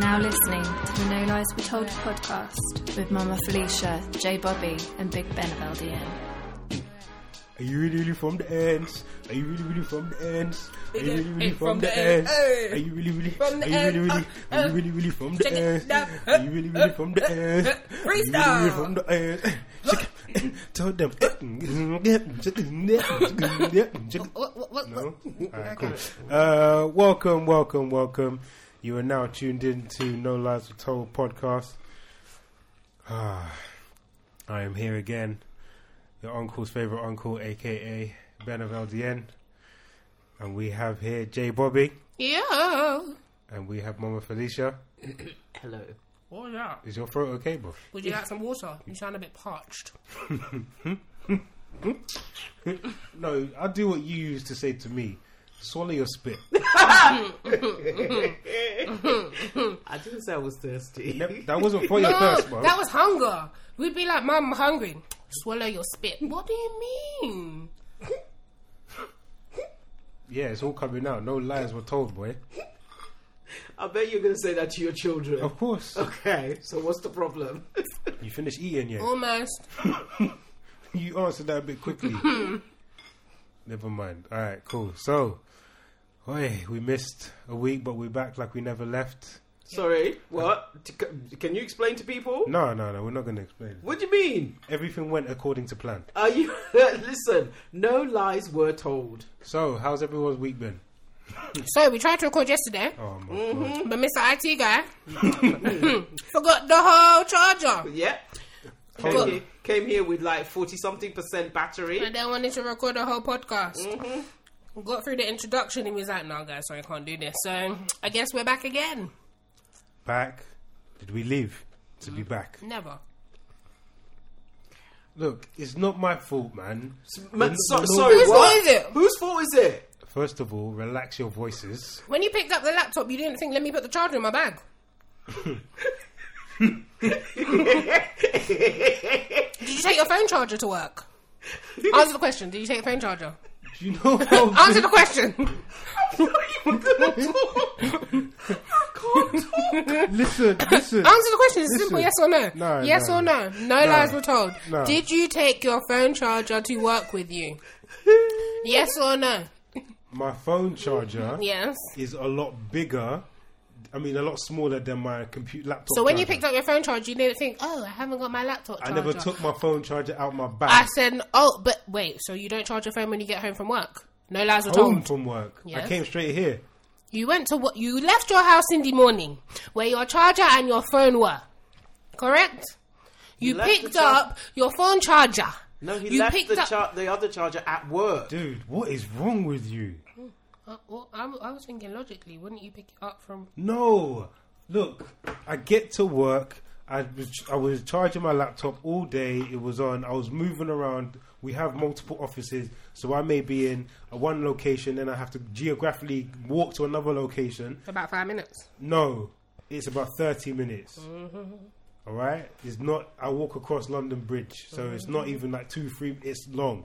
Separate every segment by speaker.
Speaker 1: listening to the No Lies We Told podcast with Mama Felicia, J Bobby, and Big Ben of LDN.
Speaker 2: Are you really, really from the ends? Are you really, really from the ends? Are you really, really
Speaker 3: Hey,
Speaker 2: from the
Speaker 3: end.
Speaker 2: ends?
Speaker 3: Hey.
Speaker 2: Are you really, really
Speaker 3: From the
Speaker 2: Are you really,
Speaker 3: end.
Speaker 2: really?
Speaker 3: Uh,
Speaker 2: Are you
Speaker 3: uh.
Speaker 2: really, really from the
Speaker 3: Check it
Speaker 2: ends?
Speaker 3: down.
Speaker 2: Are you really, really
Speaker 3: Uh,
Speaker 2: from the
Speaker 3: uh,
Speaker 2: ends?
Speaker 3: uh,
Speaker 2: Are you really, really
Speaker 3: freestyle.
Speaker 2: from the ends? Check it. Told them. Check it. Check it.
Speaker 3: What, what, what,
Speaker 2: No? Alright, cool. Uh, welcome, welcome, welcome. You are now tuned in to No Lies Were Told podcast. Ah, I am here again. Your uncle's favorite uncle, aka Ben of LDN. And we have here J Bobby.
Speaker 3: Yo.
Speaker 2: And we have Mama Felicia.
Speaker 4: Hello.
Speaker 3: What is that?
Speaker 2: Is your throat okay, bro?
Speaker 3: Would you like some water? You sound a bit parched.
Speaker 2: No, I'll do what you used to say to me. Swallow your spit.
Speaker 4: I didn't say I was thirsty.
Speaker 2: Yep, that wasn't for your
Speaker 3: Oh,
Speaker 2: first, bro.
Speaker 3: that was hunger. We'd be like, Mum, I'm hungry. Swallow your spit. What do you mean?
Speaker 2: yeah, it's all coming out. No lies were told, boy.
Speaker 4: I bet you're going to say that to your children.
Speaker 2: Of course.
Speaker 3: Oh.
Speaker 4: Okay, so what's the problem?
Speaker 2: You finished eating yet?
Speaker 3: Almost. Oh.
Speaker 2: You answered that a bit quickly. Never mind. All right, cool. So, oi, we missed a week, but we're back like we never left.
Speaker 4: Sorry, what? T- c- Can you explain to people?
Speaker 2: No, no, no. We're not going to explain.
Speaker 4: What do you mean?
Speaker 2: Everything went according to plan.
Speaker 4: Are you. Listen, no lies were told.
Speaker 2: So, how's everyone's week been?
Speaker 3: So we tried to record yesterday, Mm-hmm.
Speaker 2: Oh my god.
Speaker 3: but Mr. IT guy forgot the whole charger.
Speaker 4: Yeah?
Speaker 2: Hold
Speaker 4: Came
Speaker 2: on.
Speaker 4: here, came here with like 40 something percent battery.
Speaker 3: And then wanted to record the whole podcast. Got through the introduction and was like, no, guys, sorry, I can't do this. So I guess we're back again.
Speaker 2: Back. Did we leave? To
Speaker 3: Mm.
Speaker 2: be back.
Speaker 3: Never.
Speaker 2: Look, it's not my fault, man.
Speaker 4: Ma-
Speaker 2: We're
Speaker 4: so-
Speaker 2: not-
Speaker 4: sorry,
Speaker 3: Whose
Speaker 4: what?
Speaker 3: fault is it?
Speaker 4: Whose fault is it?
Speaker 2: First of all, relax your voices.
Speaker 3: When you picked up the laptop, you didn't think, let me put the charger in my bag. Did you take your phone charger to work? Answer the question. Did you take your phone charger?
Speaker 2: Do you know how
Speaker 3: Answer the question.
Speaker 2: Listen, listen.
Speaker 3: Answer the question. It's
Speaker 2: Listen.
Speaker 3: simple. Yes or no?
Speaker 2: No,
Speaker 3: yes
Speaker 2: no.
Speaker 3: or no? No,
Speaker 2: No.
Speaker 3: lies were told.
Speaker 2: No.
Speaker 3: Did you take your phone charger to work with you? yes or no?
Speaker 2: My phone charger
Speaker 3: Yes.
Speaker 2: is a lot bigger. I mean, a lot smaller than my computer laptop.
Speaker 3: So when you
Speaker 2: charger.
Speaker 3: picked up your phone charger, you didn't think, oh, I haven't got my laptop
Speaker 2: I
Speaker 3: charger.
Speaker 2: never took my phone charger out my
Speaker 3: I
Speaker 2: bag
Speaker 3: said, oh, but wait, so you don't charge your phone when you get home from work? No lies were
Speaker 2: home
Speaker 3: told.
Speaker 2: from work. I
Speaker 3: Yes.
Speaker 2: came straight here.
Speaker 3: You went to what? You left your house in the morning where your charger and your phone were. Correct? You,
Speaker 4: He left
Speaker 3: picked
Speaker 4: the char-
Speaker 3: up your phone charger.
Speaker 4: No, he
Speaker 3: you
Speaker 4: left the, char- the other charger at work.
Speaker 2: Dude, what is wrong with you?
Speaker 3: Uh, well, I, w- I was thinking logically, wouldn't you pick it up from?
Speaker 2: No. Look, I get to work. I was, I was charging my laptop all day. It was on. I was moving around. We have multiple offices, so I may be in a one location, then I have to geographically walk to another location.
Speaker 3: About five minutes.
Speaker 2: No, it's about thirty minutes. All right, it's not. I walk across London Bridge, so it's not even like two, three. It's long.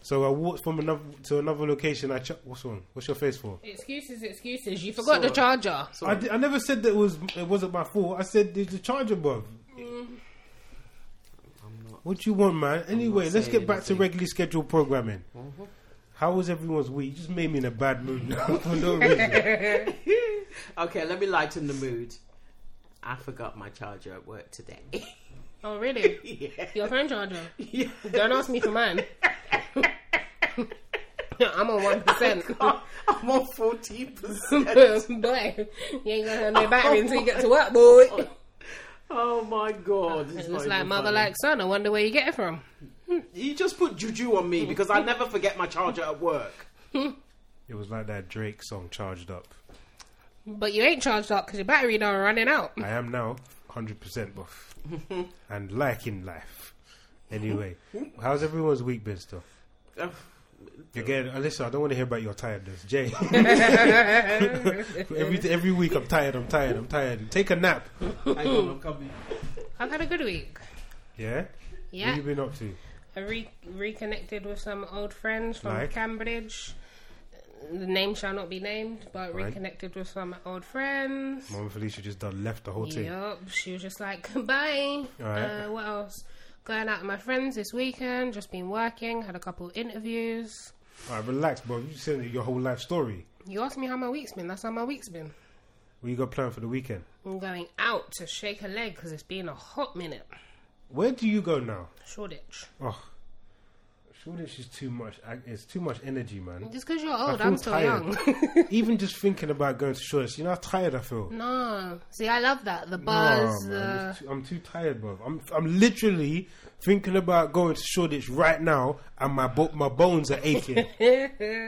Speaker 2: So I walked from another to another location. I ch- what's wrong? What's your face for?
Speaker 3: Excuses, excuses. You forgot
Speaker 4: So-
Speaker 3: the charger.
Speaker 2: I, di- I never said that it was it wasn't my fault. I said it's the charger, bruv. What you want, man? Anyway, let's
Speaker 4: saying
Speaker 2: get back to
Speaker 4: anything. Uh-huh.
Speaker 2: regularly scheduled programming. How was everyone's week? You just made me in a bad mood now for no reason.
Speaker 4: Okay, let me lighten the mood. I forgot my charger at work today.
Speaker 3: Oh, really?
Speaker 4: yeah.
Speaker 3: Your phone charger?
Speaker 4: Yeah.
Speaker 3: Don't ask me for mine. I'm on one percent.
Speaker 4: Oh I'm on 14%.
Speaker 3: boy, you ain't gonna have no battery until you get to work, boy.
Speaker 4: oh my god.
Speaker 3: It's
Speaker 4: not
Speaker 3: like
Speaker 4: even
Speaker 3: mother
Speaker 4: funny.
Speaker 3: like son. I wonder where you get it from.
Speaker 4: You just put juju on me because I never forget my charger at work.
Speaker 2: it was like that Drake song, "Charged Up."
Speaker 3: But you ain't charged up because your battery done running out.
Speaker 2: I am now 100% buff and liking life. Anyway, how's everyone's week been still?
Speaker 4: Ugh.
Speaker 2: Again, uh, listen, I don't want to hear about your tiredness, Jay. every every week, I'm tired. I'm tired. I'm tired. Take a nap.
Speaker 4: Hang on, I'm coming.
Speaker 3: I've had a good week.
Speaker 2: Yeah. What
Speaker 3: Yeah,
Speaker 2: have you been up to?
Speaker 3: I re- reconnected with some old friends from
Speaker 2: Like?
Speaker 3: Cambridge. the name shall not be named, but
Speaker 2: Right.
Speaker 3: reconnected with some old friends.
Speaker 2: Mama Felicia just done left the whole thing.
Speaker 3: Yup, she was just like, bye.
Speaker 2: Alright.
Speaker 3: Uh, what else? Going out with my friends this weekend, just been working, had a couple interviews.
Speaker 2: All right, relax, bro. You said your whole life story.
Speaker 3: You asked me how my week's been, that's how my week's been.
Speaker 2: What you got planned for the weekend?
Speaker 3: I'm going out to shake a leg because it's been a hot minute.
Speaker 2: Where do you go now?
Speaker 3: Shoreditch.
Speaker 2: Oh, Shoreditch is too much. I- It's too much energy, man.
Speaker 3: Just because you're
Speaker 2: I
Speaker 3: old,
Speaker 2: feel
Speaker 3: I'm still
Speaker 2: tired.
Speaker 3: young.
Speaker 2: Even just thinking about going to Shoreditch, you know how tired I feel.
Speaker 3: no. See, I love that. The
Speaker 2: No,
Speaker 3: buzz,
Speaker 2: man,
Speaker 3: the.
Speaker 2: it's too- I'm too tired, bro. I'm I'm literally thinking about going to Shoreditch right now, and my bo- my bones are aching.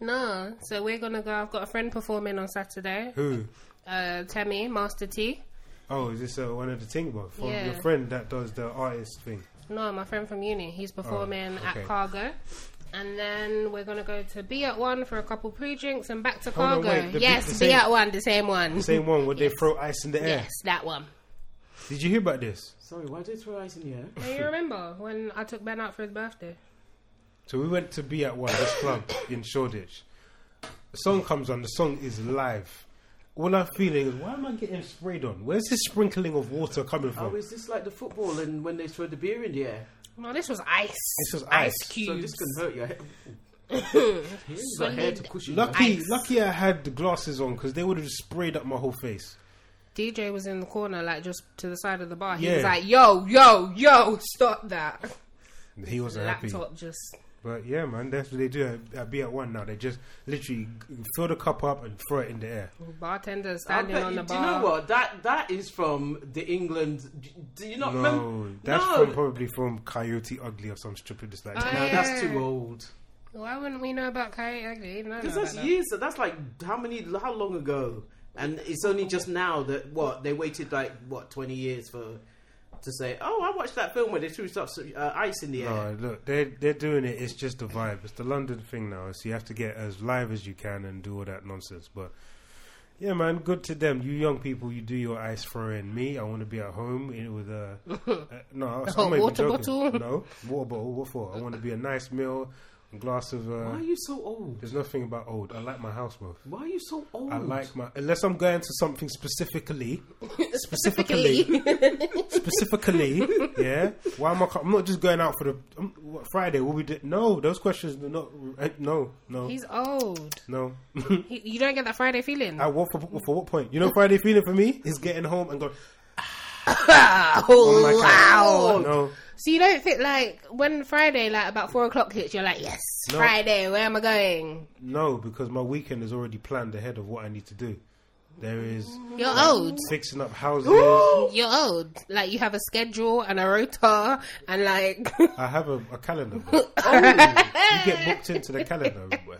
Speaker 3: no. So we're going to go. I've got a friend performing on Saturday.
Speaker 2: Who?
Speaker 3: Uh, Temmie, Master T.
Speaker 2: Oh, is this uh, one of the thing, bro? From
Speaker 3: Yeah.
Speaker 2: your friend that does the artist thing.
Speaker 3: No, my friend from uni. He's performing
Speaker 2: Oh, okay.
Speaker 3: at Cargo. And then we're going to go to Be At One for a couple pre drinks and back to
Speaker 2: Hold on,
Speaker 3: Cargo.
Speaker 2: wait, the-
Speaker 3: yes,
Speaker 2: the
Speaker 3: Be
Speaker 2: same-
Speaker 3: At One, the same one.
Speaker 2: Same one where they throw ice in the air.
Speaker 3: yes, that one.
Speaker 2: Did you hear about this?
Speaker 4: Sorry, why did it throw ice in the air?
Speaker 3: Do you remember when I took Ben out for his birthday?
Speaker 2: So we went to be at one this club in Shoreditch. The song comes on. The song is live. All I'm feeling is, why am I getting sprayed on? Where's this sprinkling of water coming
Speaker 4: Oh,
Speaker 2: from?
Speaker 4: is this like the football and when they throw the beer in the air?
Speaker 3: No, this was ice.
Speaker 2: This was ice.
Speaker 4: So
Speaker 3: cubes.
Speaker 4: this can hurt your head. Here's the
Speaker 3: Solid.
Speaker 4: hair to cushion your
Speaker 2: Lucky,
Speaker 3: Ice.
Speaker 2: lucky I had the glasses on because they would have sprayed up my whole face.
Speaker 3: DJ was in the corner, like just to the side of the bar. He
Speaker 2: Yeah.
Speaker 3: was like, "Yo, yo, yo, stop that!"
Speaker 2: He wasn't happy.
Speaker 3: Laptop just
Speaker 2: But yeah, man, that's what they do at, at be at one now. They just literally fill the cup up and throw it in the air.
Speaker 3: bartender
Speaker 4: I
Speaker 3: standing
Speaker 4: bet
Speaker 3: on
Speaker 4: you-
Speaker 3: the
Speaker 4: do
Speaker 3: bar.
Speaker 4: you know what that that is from the England? Do you not
Speaker 2: No,
Speaker 4: remember?
Speaker 2: Oh, that's
Speaker 4: no,
Speaker 2: From, probably from Coyote Ugly or some stupidness like
Speaker 3: Oh,
Speaker 2: that.
Speaker 4: no, that's
Speaker 3: Yeah.
Speaker 4: too old.
Speaker 3: Why wouldn't we know about Coyote Ugly? Even I know
Speaker 4: Because
Speaker 3: about
Speaker 4: that's
Speaker 3: that.
Speaker 4: years. That's like how many? How long ago? And it's only just now that what they waited like what twenty years for to say, oh, I watched that film where they threw stuff uh, ice in the air.
Speaker 2: No, look, they're they're doing it. It's just the vibe. It's the London thing now. So you have to get as live as you can and do all that nonsense. But yeah, man, good to them. You young people, you do your ice throwing. Me, I want to be at home in, with a uh, no. I'm not even
Speaker 3: water
Speaker 2: joking.
Speaker 3: bottle?
Speaker 2: No water bottle. What for? I want to be a nice meal, glass of.
Speaker 4: Why
Speaker 2: Uh,
Speaker 4: are you so old?
Speaker 2: there's nothing about old. I like my house, bro.
Speaker 4: Why are you so old?
Speaker 2: I like my unless I'm going to something specifically,
Speaker 3: Specifically,
Speaker 2: specifically. yeah, why am I? co- I'm not just going out for the um, what, Friday. What we did? No, those questions do not. eh, No, no,
Speaker 3: he's old.
Speaker 2: no.
Speaker 3: He, you don't get that Friday feeling.
Speaker 2: At what for, for what point? You know, Friday feeling for me is getting home and going.
Speaker 3: oh,
Speaker 2: Oh my
Speaker 3: wow!
Speaker 2: god! No,
Speaker 3: So you don't think like when Friday, like about four o'clock hits, you're like, "Yes,
Speaker 2: No.
Speaker 3: Friday. Where am I going?"
Speaker 2: no, because my weekend is already planned ahead of what I need to do. There is
Speaker 3: You're old.
Speaker 2: fixing up houses.
Speaker 3: You're old. Like you have a schedule and a rota, and like
Speaker 2: I have a, a calendar. bro. you get booked into the calendar. bro.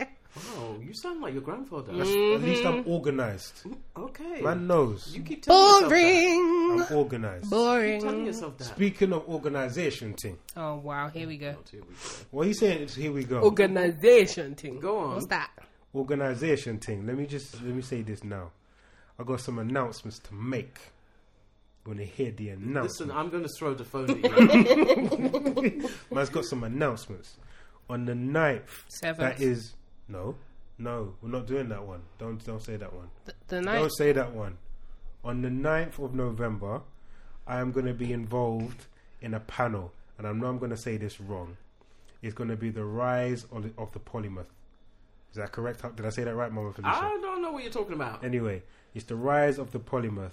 Speaker 4: Oh, you sound like your grandfather.
Speaker 2: At least
Speaker 3: Mm-hmm.
Speaker 2: I'm organized.
Speaker 4: Okay,
Speaker 2: Man knows.
Speaker 4: you keep telling yourself
Speaker 3: boring,
Speaker 2: I'm organized.
Speaker 4: that. Telling
Speaker 3: boring.
Speaker 4: yourself that.
Speaker 2: Speaking of organization thing,
Speaker 3: Oh wow, here we go.
Speaker 4: Here we
Speaker 2: what are you saying? Is, here we go.
Speaker 3: Organization thing.
Speaker 4: Go on.
Speaker 3: What's that?
Speaker 2: organization thing. Let me just let me say this now. I got some announcements to make. When they hear the
Speaker 4: Listen,
Speaker 2: announcement,
Speaker 4: I'm going to throw the phone at you.
Speaker 2: man's got some announcements. On the 9th,
Speaker 3: Seventh.
Speaker 2: that is no, no, we're not doing that one. Don't don't say that one.
Speaker 3: Th- the night.
Speaker 2: Don't say that one. On the 9th of November, I am going to be involved in a panel, and I know I'm going to say this wrong. It's going to be the rise of the, of the polymath. Is that correct? How- Did I say that right, Mama Felicia?
Speaker 4: I don't know what you're talking about.
Speaker 2: Anyway, it's the rise of the polymath,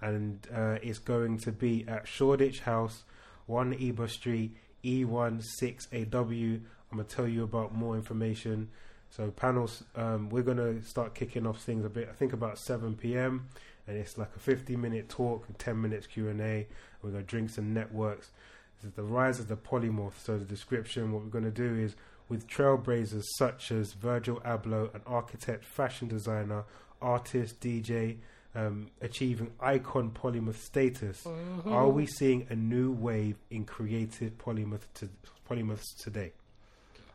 Speaker 2: and uh, it's going to be at Shoreditch House, 1 Eber Street, E E16AW. I'm going to tell you about more information. So, panels, um, we're going to start kicking off things a bit, I think about 7 p.m., and it's like a 50 minute talk, 10 minutes Q&A. We're going to drinks and networks. This is the rise of the polymorph. So the description, what we're going to do is with trailblazers such as Virgil Abloh, an architect, fashion designer, artist, DJ, um, achieving icon polymath status. Are we seeing a new wave in creative polymath to, polymaths today?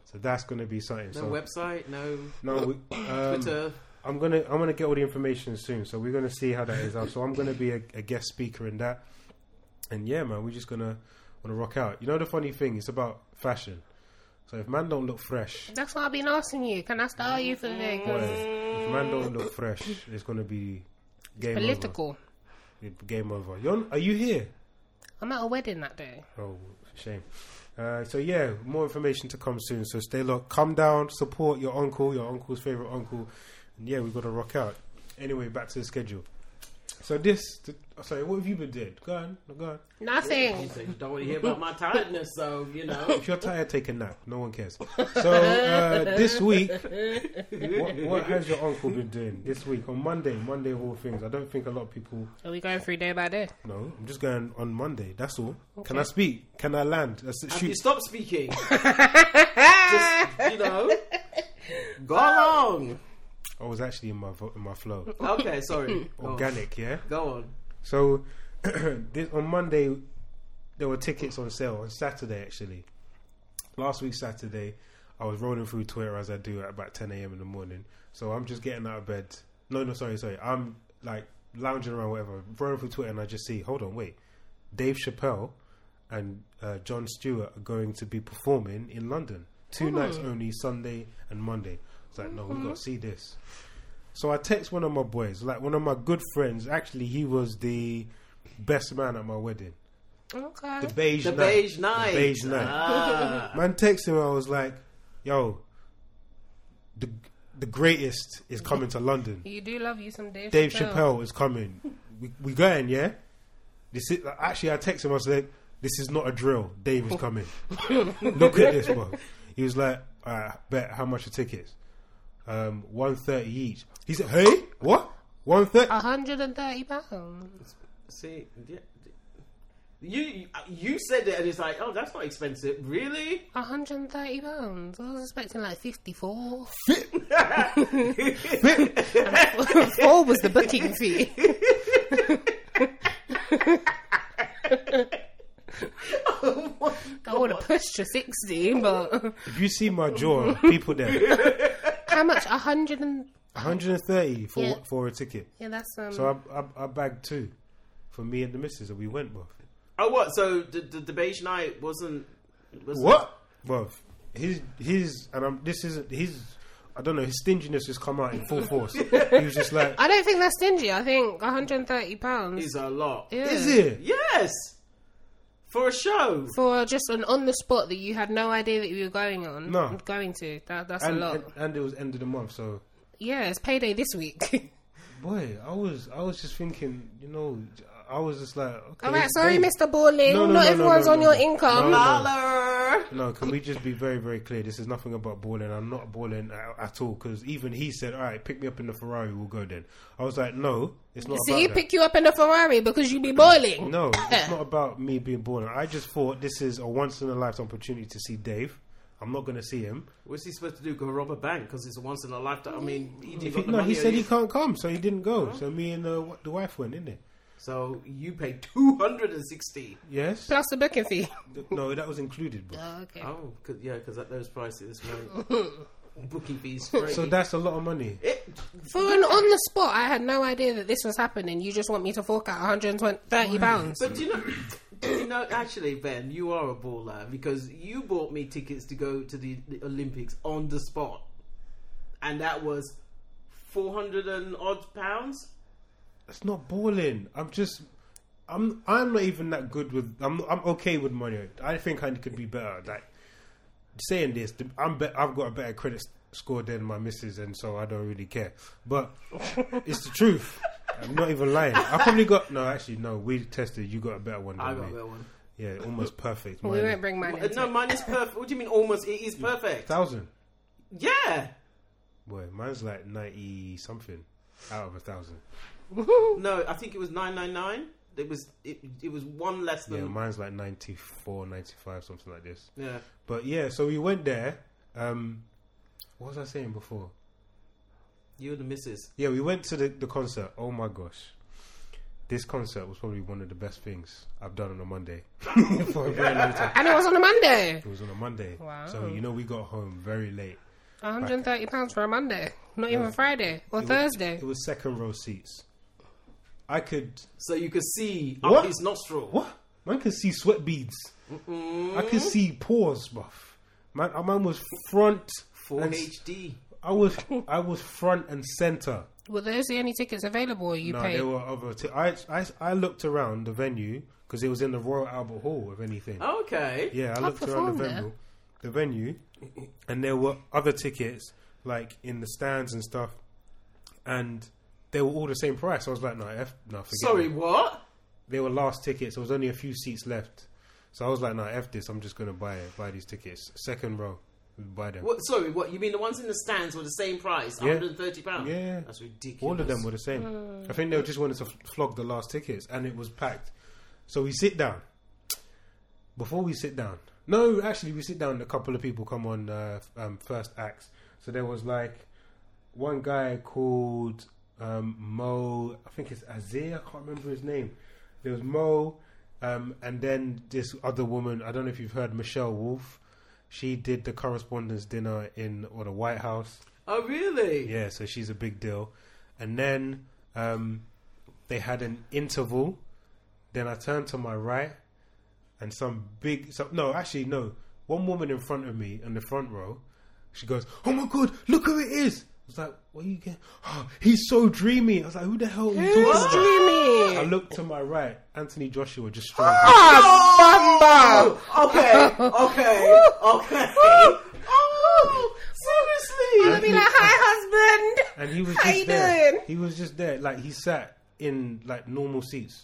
Speaker 2: So that's going to be something.
Speaker 4: No
Speaker 2: so
Speaker 4: website, no
Speaker 2: no, we, um,
Speaker 4: Twitter.
Speaker 2: I'm gonna I'm gonna get all the information soon, so we're gonna see how that is out. So I'm gonna be a, a guest speaker in that, and yeah, man, we're just gonna wanna rock out. You know the funny thing, it's about fashion. So if man don't look fresh,
Speaker 3: That's what I've been asking you. Can I style you for things?
Speaker 2: boy, if man don't look fresh, it's gonna be game
Speaker 3: Political.
Speaker 2: over. Game over. You're, are you here?
Speaker 3: I'm at a wedding that day.
Speaker 2: Oh, shame. Uh, so yeah, more information to come soon. So stay locked. Come down, support your uncle, your uncle's favorite uncle, and yeah, we've got to rock out. Anyway, back to the schedule. So this, th- sorry, what have you been doing? Go on, no, go on.
Speaker 3: Nothing.
Speaker 4: So you don't want to hear about my tiredness, so you know.
Speaker 2: If you're tired, take a nap. No one cares. So uh, this week, what, what has your uncle been doing this week on Monday? Monday of all things. I don't think a lot of people
Speaker 3: Are we going through day by day?
Speaker 2: know. I'm just going on Monday. That's all. Can I speak? Can I land? That's it.
Speaker 4: Have you
Speaker 2: Shoot.
Speaker 4: stopped speaking? Just you know, go along.
Speaker 2: I was actually in my vo- in my flow.
Speaker 4: Okay, sorry. Go on.
Speaker 2: Organic, yeah.
Speaker 4: Go on.
Speaker 2: So this, on Monday, there were tickets on sale on Saturday. Actually, last week Saturday, I was rolling through Twitter as I do at about 10 a.m. in the morning. So I'm just getting out of bed. No, no, sorry, sorry. I'm like lounging around, whatever, rolling through Twitter, and I just see. Hold on, wait. Dave Chappelle and uh, John Stewart are going to be performing in London. Two nights only, Sunday and Monday. It's like, no, we've got to see this. So I text one of my boys, like one of my good friends. Actually, he was the best man at my wedding.
Speaker 3: Okay.
Speaker 2: The beige
Speaker 4: The
Speaker 2: knight.
Speaker 4: beige night.
Speaker 2: The beige knight.
Speaker 4: Ah.
Speaker 2: Man texted him. I was like, "Yo, the the greatest is coming to London.
Speaker 3: You do love you some Dave,
Speaker 2: Dave Chappelle is coming. We we going, yeah. This is like, actually. I texted him. I was like, "This is not a drill. Dave is coming. Look at this, bro." He was like, "All right, bet how much are tickets? Um, one thirty each." He said, "Hey, what? One thirty?
Speaker 3: hundred and thirty pounds.
Speaker 4: See, yeah, you you said it, and it's like, oh, that's not expensive, really.
Speaker 3: hundred and thirty pounds. I was expecting like fifty-four. Four was the booking fee. I would have pushed to sixty, but
Speaker 2: If you see my jaw, people there,
Speaker 3: how much? A hundred and
Speaker 2: one hundred and thirty for
Speaker 3: Yeah.
Speaker 2: for a ticket.
Speaker 3: yeah, that's um.
Speaker 2: So I, I I bagged two for me and the missus, and we went, bro.
Speaker 4: Oh, what? So the the, the beige night wasn't. wasn't
Speaker 2: What? Well, his his and I'm, this isn't his. I don't know. His stinginess has come out in full force. he was just like,
Speaker 3: I don't think that's stingy. I think one hundred and thirty pounds.
Speaker 4: Is a lot.
Speaker 3: Yeah.
Speaker 2: "Is it?
Speaker 4: Yes, for a show.
Speaker 3: for just an on the spot that you had no idea that you were going on?
Speaker 2: No.
Speaker 3: going to that. That's a
Speaker 2: And,
Speaker 3: lot.
Speaker 2: and and it was end of the month, so
Speaker 3: yeah, it's payday this week.
Speaker 2: boy, I was I was just thinking, you know, I was just like, okay,
Speaker 3: All right,
Speaker 2: it's
Speaker 3: sorry,
Speaker 2: Dave.
Speaker 3: Mr. Balling.
Speaker 2: No, no, no,
Speaker 3: Not
Speaker 2: no,
Speaker 3: everyone's
Speaker 2: no,
Speaker 3: on
Speaker 2: no.
Speaker 3: your
Speaker 2: No,
Speaker 3: income.
Speaker 2: no.
Speaker 4: Dollar.
Speaker 2: No, can we just be very, very clear? This is nothing about balling. I'm not balling at, at all. Because even he said, "All right, pick me up in the Ferrari. We'll go then." I was like, "No, it's not."
Speaker 3: See,
Speaker 2: about that.
Speaker 3: pick you up in a Ferrari because you be balling.
Speaker 2: No, it's not about me being balling. I just thought this is a once in a lifetime opportunity to see Dave. I'm not going to see him.
Speaker 4: What's he supposed to do? Go rob a bank? Because it's a once in a lifetime. I mean, he didn't
Speaker 2: If
Speaker 4: got
Speaker 2: he,
Speaker 4: the
Speaker 2: no,
Speaker 4: money
Speaker 2: he said
Speaker 4: or
Speaker 2: he
Speaker 4: you-
Speaker 2: can't come, so he didn't go. So me and the, w- the wife went, didn't it?
Speaker 4: So you paid two hundred and sixty.
Speaker 2: Yes.
Speaker 3: Plus the booking fee.
Speaker 2: No, that was included. Bro.
Speaker 3: Oh, okay.
Speaker 4: Oh, cause, yeah, because at those prices, man, booking fees. Free.
Speaker 2: So that's a lot of money.
Speaker 4: It-
Speaker 3: For an on the spot, I had no idea that this was happening. You just want me to fork out 130 pounds.
Speaker 4: But do you know, do you know, actually, Ben, you are a baller because you bought me tickets to go to the, the Olympics on the spot, and that was four hundred and odd pounds.
Speaker 2: That's not balling. I'm just. I'm. I'm not even that good with. I'm. I'm okay with money. I think I could be better. Like saying this, I'm. Be, I've got a better credit s- score than my missus, and so I don't really care. But it's the truth. I'm not even lying. I probably got no. Actually, no. We tested. You got a better one than
Speaker 4: I
Speaker 2: me.
Speaker 4: got that one.
Speaker 2: Yeah, almost perfect.
Speaker 3: we
Speaker 2: Mine-
Speaker 3: won't bring mine
Speaker 4: Uh,
Speaker 3: into
Speaker 4: No, mine is perfect. What do you mean? Almost, it is perfect.
Speaker 2: thousand.
Speaker 4: Yeah.
Speaker 2: Boy, mine's like ninety something out of a thousand.
Speaker 4: No, I think it was nine nine nine. It was it, it was one less
Speaker 2: Yeah,
Speaker 4: than
Speaker 2: mine's like 94, 95, something like this.
Speaker 4: yeah.
Speaker 2: But yeah, so we went there. Um, what was I saying before?
Speaker 4: You and the missus.
Speaker 2: Yeah, we went to the, the concert. Oh my gosh. This concert was probably one of the best things I've done on a Monday for a very long time.
Speaker 3: And it was on a Monday.
Speaker 2: It was on a Monday.
Speaker 3: Wow.
Speaker 2: So, you know, we got home very late.
Speaker 3: 130 pounds for a Monday. Not even Friday or
Speaker 2: It was-
Speaker 3: Thursday.
Speaker 2: it was second row seats. I could.
Speaker 4: So you could see
Speaker 2: What?
Speaker 4: up his nostril.
Speaker 2: What? Man could see sweat beads. I could see pores, bruv. Man, uh, man was front.
Speaker 4: Four
Speaker 2: and, s-
Speaker 4: HD.
Speaker 2: I was I was front and center.
Speaker 3: Were those the only tickets available? Or you
Speaker 2: No,
Speaker 3: paid.
Speaker 2: there were other. T- I, I I looked around the venue because it was in the Royal Albert Hall, if anything.
Speaker 4: Oh, Okay.
Speaker 2: Yeah, I
Speaker 3: Can't
Speaker 2: looked around the
Speaker 3: perform
Speaker 2: venue, the venue, and there were other tickets like in the stands and stuff, and they were all the same price. I was like, no, f, no, forget.
Speaker 4: Sorry,
Speaker 2: it.
Speaker 4: what?
Speaker 2: they were last tickets. There was only a few seats left, so I was like, no, f this. I'm just gonna buy it, buy these tickets. Second row, buy them.
Speaker 4: What? Sorry, what? You mean the ones in the stands were the same price,
Speaker 2: Yeah.
Speaker 4: hundred and thirty pounds?
Speaker 2: Yeah.
Speaker 4: that's ridiculous.
Speaker 2: All of them were the same. I think they just wanted to f- flog the last tickets, and it was packed. So we sit down. Before we sit down, no, actually, we sit down. A couple of people come on uh, f- um, first acts. So there was like one guy called um, Mo. I think it's Azir. I can't remember his name. There was Mo, um, and then this other woman. I don't know if you've heard Michelle Wolf. She did the correspondence dinner in or the White House.
Speaker 4: Oh, really?
Speaker 2: Yeah, so she's a big deal. And then um, they had an interval. Then I turned to my right, and some big. So, no, actually, no. One woman in front of me in the front row, she goes, "Oh my god, look who it is!" I was like, "What are you getting? Oh, he's so dreamy." I was like, "Who the hell are you talking about?"
Speaker 3: Dreamy.
Speaker 2: I looked to my right. Anthony Joshua just strolled.
Speaker 3: Ah,
Speaker 4: Oh, okay, okay, okay. oh, seriously?
Speaker 3: I'll be like, hi, husband.
Speaker 2: and he was
Speaker 3: How
Speaker 2: just
Speaker 3: you
Speaker 2: there.
Speaker 3: doing?
Speaker 2: He was just there. Like he sat in like normal seats.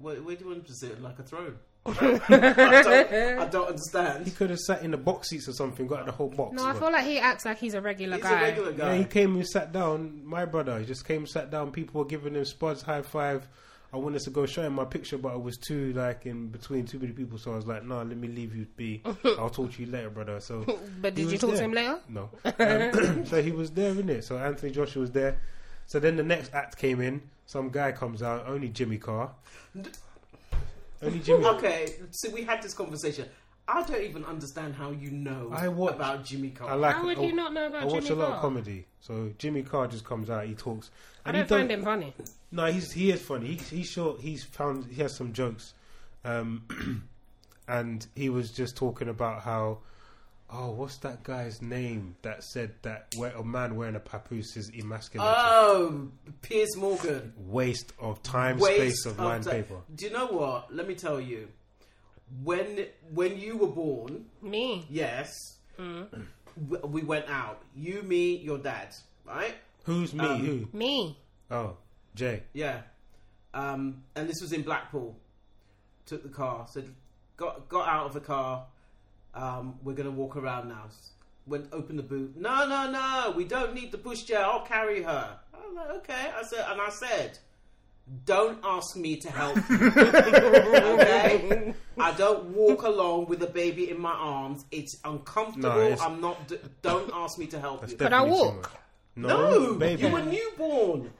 Speaker 4: Where, where do you want to sit? Like a throne? I, don't, I don't
Speaker 2: He
Speaker 4: understand.
Speaker 2: could have sat in the box seats or something. Got the whole box.
Speaker 3: No, I
Speaker 2: but-
Speaker 3: feel like he acts like he's a regular
Speaker 4: He's
Speaker 3: guy.
Speaker 4: a regular guy.
Speaker 2: Yeah, he came and sat down. My brother, he just came, sat down. People were giving him spots, high five. I wanted to go show him my picture, but I was too like in between too many people, so I was like, "No, let me leave you be. I'll talk to you later, brother." So,
Speaker 3: But
Speaker 2: he
Speaker 3: did you
Speaker 2: was
Speaker 3: talk to
Speaker 2: there.
Speaker 3: him later?
Speaker 2: No. Um, so he was there, innit? So Anthony Joshua was there. So then the next act came in. Some guy comes out. Only Jimmy Carr. Only Jimmy.
Speaker 4: Okay, so we had this conversation. I don't even understand how you know
Speaker 2: I watch-
Speaker 4: about Jimmy Carr.
Speaker 2: I like.
Speaker 3: How would
Speaker 2: I-
Speaker 3: you not know about
Speaker 2: I watch
Speaker 3: Jimmy
Speaker 2: a lot of
Speaker 3: Carr?
Speaker 2: comedy. So Jimmy Carr just comes out. He talks.
Speaker 3: I
Speaker 2: And he
Speaker 3: don't find him funny.
Speaker 2: No, he's he is funny. He, he's short. He's found he has some jokes, um, and he was just talking about how, oh, what's that guy's name that said that where a man wearing a papoose is emasculating?
Speaker 4: oh, Piers Morgan.
Speaker 2: waste of time, space of line
Speaker 4: ti-
Speaker 2: paper.
Speaker 4: Do you know what? Let me tell you. When when you were born,
Speaker 3: Me.
Speaker 4: yes, w we went out. You, me, your dad, right?
Speaker 2: Who's me? who?
Speaker 3: Me.
Speaker 2: Oh, Jay.
Speaker 4: Yeah. Um, and this was in Blackpool. Took the car. So got got out of the car. Um, we're gonna walk around now. Went open the boot. No, no, no. We don't need the pushchair. I'll carry her. I was like, okay. I said, and I said, don't ask me to help. you, okay. I don't walk along with a baby in my arms. It's uncomfortable.
Speaker 2: No, it's-
Speaker 4: I'm not. d- Don't ask me to help you.
Speaker 2: Could
Speaker 3: I walk?
Speaker 2: No,
Speaker 4: No,
Speaker 2: Oh, baby.
Speaker 4: you were newborn.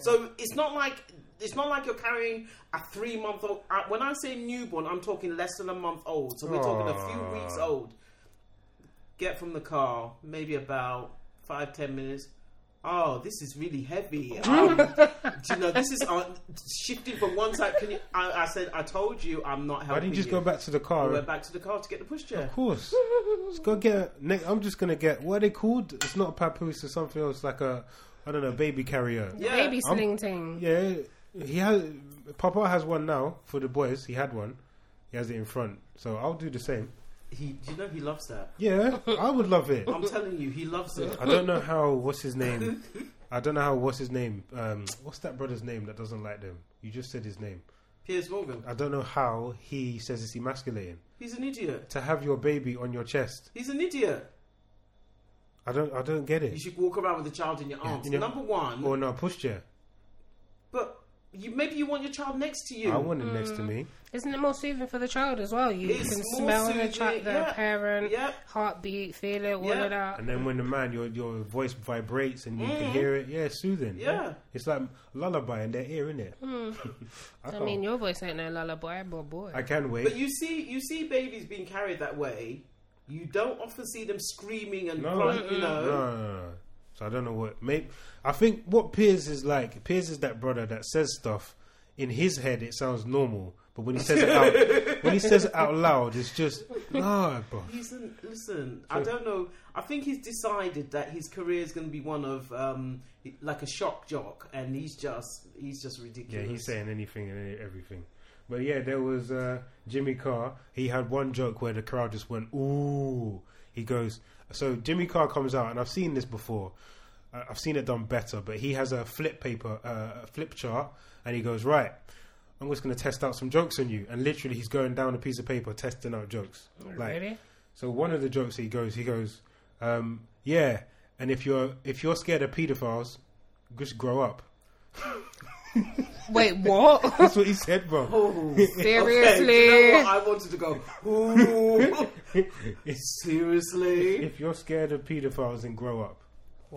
Speaker 4: so it's not like it's not like you're carrying a three month old. uh, When I say newborn, I'm talking less than a month old. So we're talking a few
Speaker 2: Aw.
Speaker 4: weeks old. Get from the car, maybe about five ten minutes. Oh, this is really heavy. Um, do you know this is uh, shifting from one side? Can you? I, I said I told you I'm not helping.
Speaker 2: Why didn't you just go back to the
Speaker 4: I
Speaker 2: car?
Speaker 4: went back to the car to get the pushchair.
Speaker 2: Of course. Let's go get. A, Nick, I'm just gonna get. What are they called? It's not a papoose. It's something else like a. I don't know, baby carrier.
Speaker 4: Yeah.
Speaker 3: Baby sling ting.
Speaker 2: Yeah, he has. Papa has one now for the boys. He had one. He has it in front. So I'll do the same.
Speaker 4: He, do you know he loves that?
Speaker 2: Yeah, I would love it.
Speaker 4: I'm telling you, he loves it.
Speaker 2: I don't know how. What's his name? I don't know how. What's his name? Um, what's that brother's name that doesn't like them? You just said his name.
Speaker 4: Piers Morgan,
Speaker 2: I don't know how he says it's emasculating
Speaker 4: he's an idiot.
Speaker 2: to have your baby on your chest.
Speaker 4: He's an idiot.
Speaker 2: I don't. I don't get
Speaker 4: You
Speaker 2: it.
Speaker 4: should walk around with a child in your arms.
Speaker 2: in your-
Speaker 4: Number one,
Speaker 2: Or no, pushchair.
Speaker 4: but you, maybe you want your child next to you.
Speaker 2: I want it next
Speaker 4: Mm.
Speaker 2: to me.
Speaker 3: Isn't it more soothing for the child as well? You
Speaker 4: It's
Speaker 3: can
Speaker 4: more
Speaker 3: smell the,
Speaker 4: soothing,
Speaker 3: child, the
Speaker 4: yeah,
Speaker 3: parent,
Speaker 4: yeah.
Speaker 3: heartbeat, feel it, all
Speaker 4: Yeah.
Speaker 3: of that.
Speaker 2: And then when the man, your your voice vibrates and you can hear it. Yeah, it's soothing.
Speaker 4: Mm-hmm. Yeah.
Speaker 2: it's like lullaby in their ear, isn't it? I,
Speaker 3: I
Speaker 2: can't-
Speaker 4: Oh.
Speaker 3: mean, your voice ain't no lullaby, but boy.
Speaker 2: I can wait.
Speaker 4: But you see, you see babies being carried that way. You don't often see them screaming and
Speaker 2: No.
Speaker 4: crying, you
Speaker 2: no,
Speaker 4: know.
Speaker 2: no, no, no. So I don't know what. Maybe I think what Piers is like. Piers is that brother that says stuff in his head it sounds normal, but when he says it out, when he says it out loud, it's just ah, bro.
Speaker 4: He's an, listen. I don't know. I think he's decided that his career is going to be one of um, like a shock jock, and he's just he's just
Speaker 2: Yeah,
Speaker 4: ridiculous.
Speaker 2: he's saying anything and everything. But yeah, there was uh, Jimmy Carr. He had one joke where the crowd just went, ooh. He goes, so Jimmy Carr comes out, and I've seen this before. I- I've seen it done better, but he has a flip paper, uh, a flip chart, and he goes, right, I'm just going to test out some jokes on you. And literally, he's going down a piece of paper, testing out jokes. Like,
Speaker 3: Really?
Speaker 2: so one of the jokes he goes, he goes, um, yeah, and if you're if you're scared of pedophiles, just grow up.
Speaker 3: Wait, what?
Speaker 2: That's what he said, bro.
Speaker 4: Oh,
Speaker 3: Seriously?
Speaker 4: Okay, you know what? I wanted to go. Ooh, seriously.
Speaker 2: If you're scared of pedophiles, then grow up.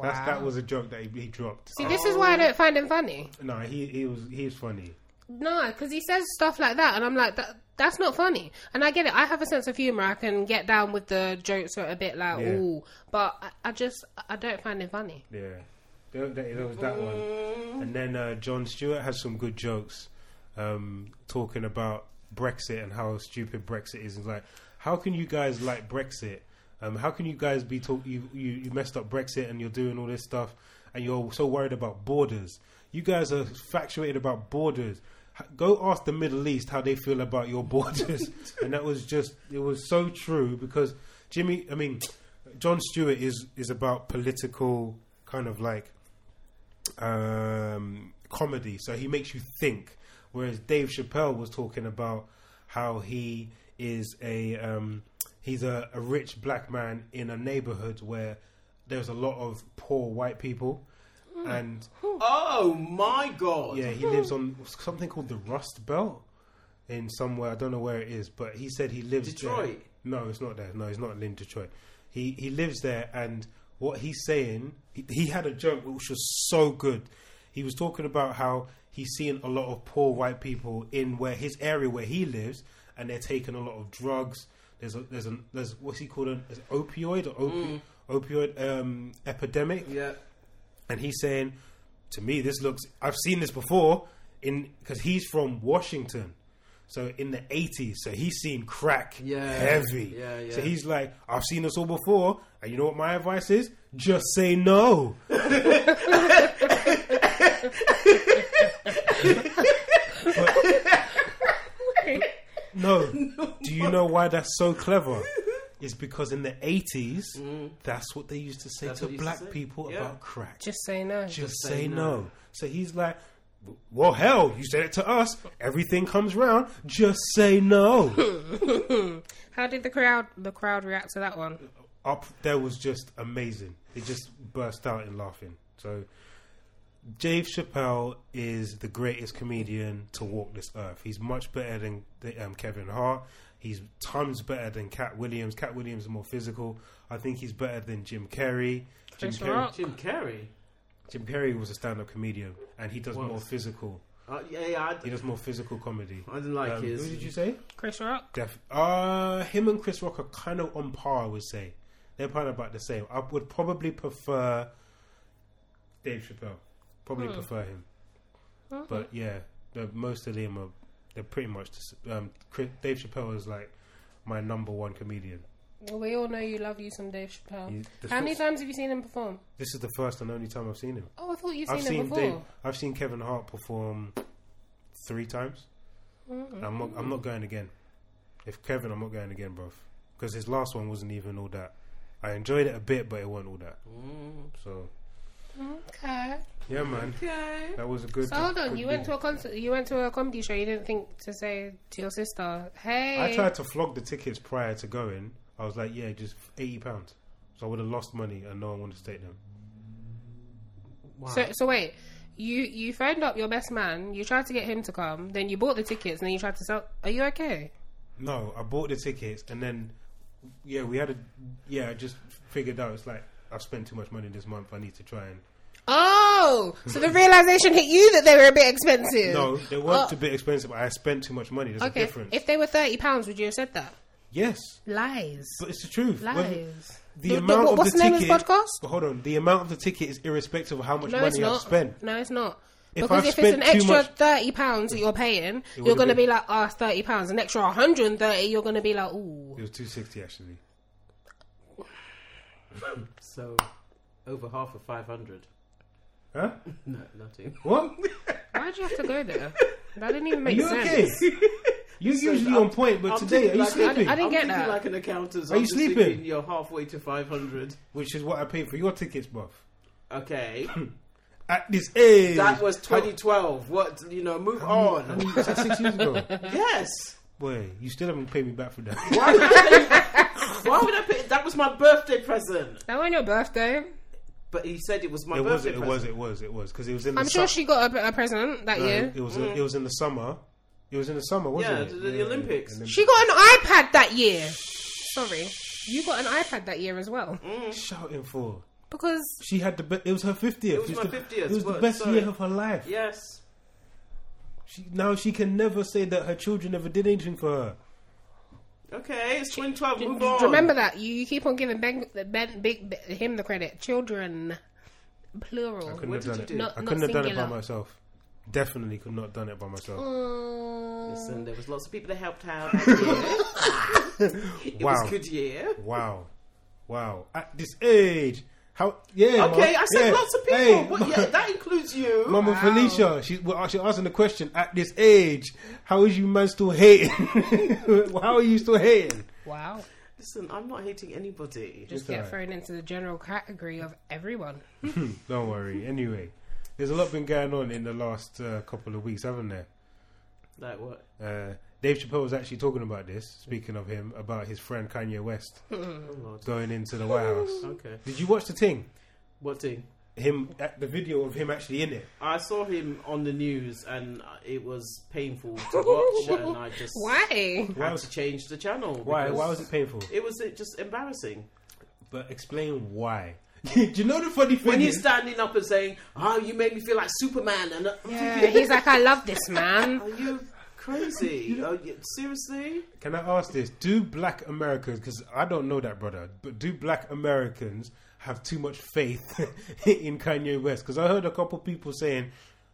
Speaker 2: That's, that
Speaker 3: Wow.
Speaker 2: was a joke that he, he dropped.
Speaker 3: See, this is why I don't find him funny.
Speaker 2: No, he he was he was funny.
Speaker 3: No, because he says stuff like that, and I'm like, that, that's not funny. And I get it. I have a sense of humor. I can get down with the jokes that are a bit like,
Speaker 2: Yeah.
Speaker 3: ooh, but I, I just I don't find him funny.
Speaker 2: Yeah, there, there- there was that one. And then uh, John Stewart has some good jokes, um, talking about Brexit and how stupid Brexit is. It's like, how can you guys like Brexit? Um, how can you guys be talk? You, you you messed up Brexit and you're doing all this stuff, and you're so worried about borders. You guys are infatuated about borders. H- Go ask the Middle East how they feel about your borders, and that was just it was so true because Jimmy, I mean, John Stewart is is about political kind of like um, comedy, so he makes you think. Whereas Dave Chappelle was talking about how he is a um, he's a, a rich black man in a neighborhood where there's a lot of poor white people, and
Speaker 4: Oh my god. Hmm.
Speaker 2: yeah, he lives on something called the Rust Belt in somewhere. I don't know where it is, but he said he lives
Speaker 4: Detroit?
Speaker 2: There. No, it's not there. No, it's not in Detroit. He he lives there, and what he's saying, he, he had a joke which was so good. He was talking about how he's seen a lot of poor white people in where his area where he lives, and they're taking a lot of drugs. There's a there's an there's what's he called an, an opioid or opi-
Speaker 4: Hmm.
Speaker 2: opioid um, epidemic
Speaker 4: Yeah.
Speaker 2: and he's saying to me this looks i've seen this before in because he's from washington so in the 80s so he's seen crack
Speaker 4: Yeah.
Speaker 2: heavy
Speaker 4: Yeah, yeah.
Speaker 2: so he's like i've seen this all before and you know what my advice is just say no no do you know why that's so clever it's because in the 80s that's what they used to say
Speaker 4: Mm. That's
Speaker 2: to
Speaker 4: what they used to
Speaker 2: black
Speaker 4: say.
Speaker 2: people
Speaker 4: Yeah.
Speaker 2: about crack
Speaker 3: Just say no.
Speaker 2: just
Speaker 4: say
Speaker 2: say,
Speaker 4: no.
Speaker 2: no. So he's like, well, hell, you said it to us. Everything comes round. Just say no.
Speaker 3: How did the crowd the crowd react to that one?
Speaker 2: Up there was just amazing. It just burst out in laughing. So, Dave Chappelle is the greatest comedian to walk this earth. He's much better than the, um, Kevin Hart. He's tons better than Cat Williams. Cat Williams is more physical. I think he's better than Jim Carrey. Jim
Speaker 3: Chris
Speaker 2: Carrey,
Speaker 3: Rock.
Speaker 4: Jim Carrey.
Speaker 2: Jim Carrey was a stand-up comedian, and he does
Speaker 4: Was.
Speaker 2: more physical.
Speaker 4: Uh, yeah, yeah. I,
Speaker 2: He does more physical comedy.
Speaker 4: I didn't like
Speaker 2: Um,
Speaker 4: his.
Speaker 2: Who did you say?
Speaker 3: Chris Rock.
Speaker 2: Def- uh, him and Chris Rock are kind of on par, I would say. They're probably about the same. I would probably prefer Dave Chappelle. Probably prefer him. But yeah, the, most of them are they're pretty much the, s- um, Chris, Dave Chappelle is like my number one comedian.
Speaker 3: Well, we all know you love you some Dave Chappelle.
Speaker 2: He's- the
Speaker 3: How many
Speaker 2: first-
Speaker 3: times have you seen him perform?
Speaker 2: This is the first and only time I've seen him.
Speaker 3: Oh, I thought you'd seen
Speaker 2: I've
Speaker 3: him
Speaker 2: seen
Speaker 3: before.
Speaker 2: Dave, I've seen Kevin Hart perform three times.
Speaker 3: Mm-hmm.
Speaker 2: I'm not I'm not going again. If Kevin, I'm not going again, bro. Because his last one wasn't even all that. I enjoyed it a bit, but it wasn't all that.
Speaker 3: Mm.
Speaker 2: So
Speaker 3: Okay.
Speaker 2: yeah, man,
Speaker 4: Okay.
Speaker 2: that was a good.
Speaker 3: So hold on,
Speaker 2: good
Speaker 3: you went
Speaker 2: year.
Speaker 3: to a concert, you went to a comedy show. You didn't think to say to your sister, "Hey."
Speaker 2: I tried to flog the tickets prior to going. I was like, yeah, just eighty pounds. So I would have lost money, and no one wanted to take them.
Speaker 4: Wow.
Speaker 3: So so wait, you you phoned up your best man. You tried to get him to come. Then you bought the tickets. And then you tried to sell. Are you okay?
Speaker 2: No, I bought the tickets, and then yeah, we had a yeah. I just figured out it's like I've spent too much money this month. I need to try and
Speaker 3: Oh, so the realization hit you that they were a bit expensive.
Speaker 2: No, they weren't
Speaker 3: Oh.
Speaker 2: a bit expensive. but I spent too much money. There's
Speaker 3: Okay,
Speaker 2: a difference.
Speaker 3: if they were thirty pounds, would you have said that?
Speaker 2: yes,
Speaker 3: Lies,
Speaker 2: but it's the truth. Whether-
Speaker 3: lies.
Speaker 2: The,
Speaker 3: The- the-
Speaker 2: amount
Speaker 3: what-
Speaker 2: of
Speaker 3: what's
Speaker 2: the
Speaker 3: the name of
Speaker 2: ticket.
Speaker 3: the podcast?
Speaker 2: Hold on. The amount of the ticket is irrespective of how much
Speaker 3: No, it's
Speaker 2: money I've
Speaker 3: not.
Speaker 2: spent.
Speaker 3: No, it's not.
Speaker 2: If
Speaker 3: Because
Speaker 2: I've
Speaker 3: if it's an
Speaker 2: spent too
Speaker 3: extra
Speaker 2: much,
Speaker 3: thirty pounds that you're paying, you're
Speaker 2: would've
Speaker 3: gonna be
Speaker 2: been-
Speaker 3: like, ah, thirty pounds. An extra hundred and thirty, you're gonna be like, ooh.
Speaker 2: it was two sixty actually.
Speaker 4: So, over half of 500.
Speaker 2: Huh?
Speaker 4: No, nothing.
Speaker 2: What?
Speaker 3: Why would you have to go there? That didn't even
Speaker 2: Are
Speaker 3: make
Speaker 2: you
Speaker 3: sense.
Speaker 2: okay? You usually
Speaker 4: I'm-
Speaker 2: on point, but
Speaker 4: I'm
Speaker 2: today are
Speaker 4: thinking
Speaker 2: you
Speaker 4: like-
Speaker 2: sleeping?
Speaker 3: I- I didn't
Speaker 4: I'm
Speaker 3: get
Speaker 4: thinking
Speaker 3: that.
Speaker 4: like an accountant.
Speaker 2: Are you sleeping?
Speaker 4: You're halfway to 500.
Speaker 2: Which is what I paid for your tickets, bruv.
Speaker 4: Okay.
Speaker 2: At this age,
Speaker 4: That was
Speaker 2: How-
Speaker 4: 2012. What, you know, move
Speaker 2: I
Speaker 4: on.
Speaker 2: mean, that's six years ago.
Speaker 4: yes.
Speaker 2: Boy, you still haven't paid me back for that.
Speaker 4: Why would, I pay, why would I pay? That was my birthday present.
Speaker 3: That wasn't your birthday.
Speaker 4: But he said it was my
Speaker 2: It was,
Speaker 4: birthday
Speaker 2: it
Speaker 4: present.
Speaker 2: was, it was, it was, because it was in the.
Speaker 3: I'm sure
Speaker 2: su-
Speaker 3: she got a, a present that
Speaker 2: no,
Speaker 3: year.
Speaker 2: It was, it was in the summer. It was in the summer, wasn't
Speaker 4: Mm. Yeah,
Speaker 2: it?
Speaker 4: the- the Olympics.
Speaker 3: She got an iPad that year. Sorry, you got an iPad that year as well.
Speaker 2: shouting for.
Speaker 3: Because
Speaker 2: She had the. Be- it was her fiftieth.
Speaker 4: was my 50th,
Speaker 2: It was the
Speaker 4: word,
Speaker 2: best
Speaker 4: sorry.
Speaker 2: year of her life.
Speaker 4: Yes.
Speaker 2: She, now she can never say that her children never did anything for her.
Speaker 4: Okay, it's 2012. Move
Speaker 3: d-
Speaker 4: on.
Speaker 3: remember that you, you keep on giving ben, ben, big, him the credit. Children, plural.
Speaker 2: I couldn't have
Speaker 4: What did
Speaker 2: done
Speaker 4: you
Speaker 2: it.
Speaker 4: do?
Speaker 2: I
Speaker 3: Not-
Speaker 2: couldn't
Speaker 3: not
Speaker 2: have done it by
Speaker 3: singular.
Speaker 2: myself. Definitely could not have done it by myself.
Speaker 3: Um,
Speaker 4: Listen, there was lots of people that helped out. it was
Speaker 2: wow,
Speaker 4: a good year.
Speaker 2: wow, wow! At this age, how? Yeah.
Speaker 4: Okay,
Speaker 2: Mum.
Speaker 4: I said
Speaker 2: Yeah.
Speaker 4: lots of people.
Speaker 2: Hey,
Speaker 4: but yeah, that includes you.
Speaker 2: Mama Felicia, she, well, she asking the question at this age, how is you man still hating? how are you still hating?
Speaker 3: wow.
Speaker 4: Listen, I'm not hating anybody.
Speaker 3: Just
Speaker 2: It's
Speaker 3: get
Speaker 2: alright.
Speaker 3: thrown into the general category of everyone.
Speaker 2: Don't worry. Anyway, there's a lot been going on in the last uh, couple of weeks, haven't there?
Speaker 4: Like what?
Speaker 2: Uh, Dave Chappelle was actually talking about this, speaking of him, about his friend Kanye West
Speaker 4: Oh, Lord.
Speaker 2: going into the White House.
Speaker 4: Okay.
Speaker 2: Did you watch the thing?
Speaker 4: What thing?
Speaker 2: Him, uh, the video of him actually in it.
Speaker 4: I saw him on the news and it was painful to watch and I just
Speaker 3: Why?
Speaker 2: Why
Speaker 4: had
Speaker 2: was,
Speaker 4: to change the channel.
Speaker 2: why,
Speaker 4: because
Speaker 2: why was it painful?
Speaker 4: It was uh, just embarrassing.
Speaker 2: But explain why. Do you know the funny thing?
Speaker 4: When he's
Speaker 2: is-
Speaker 4: standing up and saying, "Oh, you made me feel like Superman," and I'm
Speaker 3: Yeah,
Speaker 4: thinking,
Speaker 3: he's like, I love this man.
Speaker 4: "Are you crazy? Are you, seriously?"
Speaker 2: Can I ask this? Do black Americans, because I don't know that, brother, but do black Americans have too much faith in Kanye West? Because I heard a couple people saying,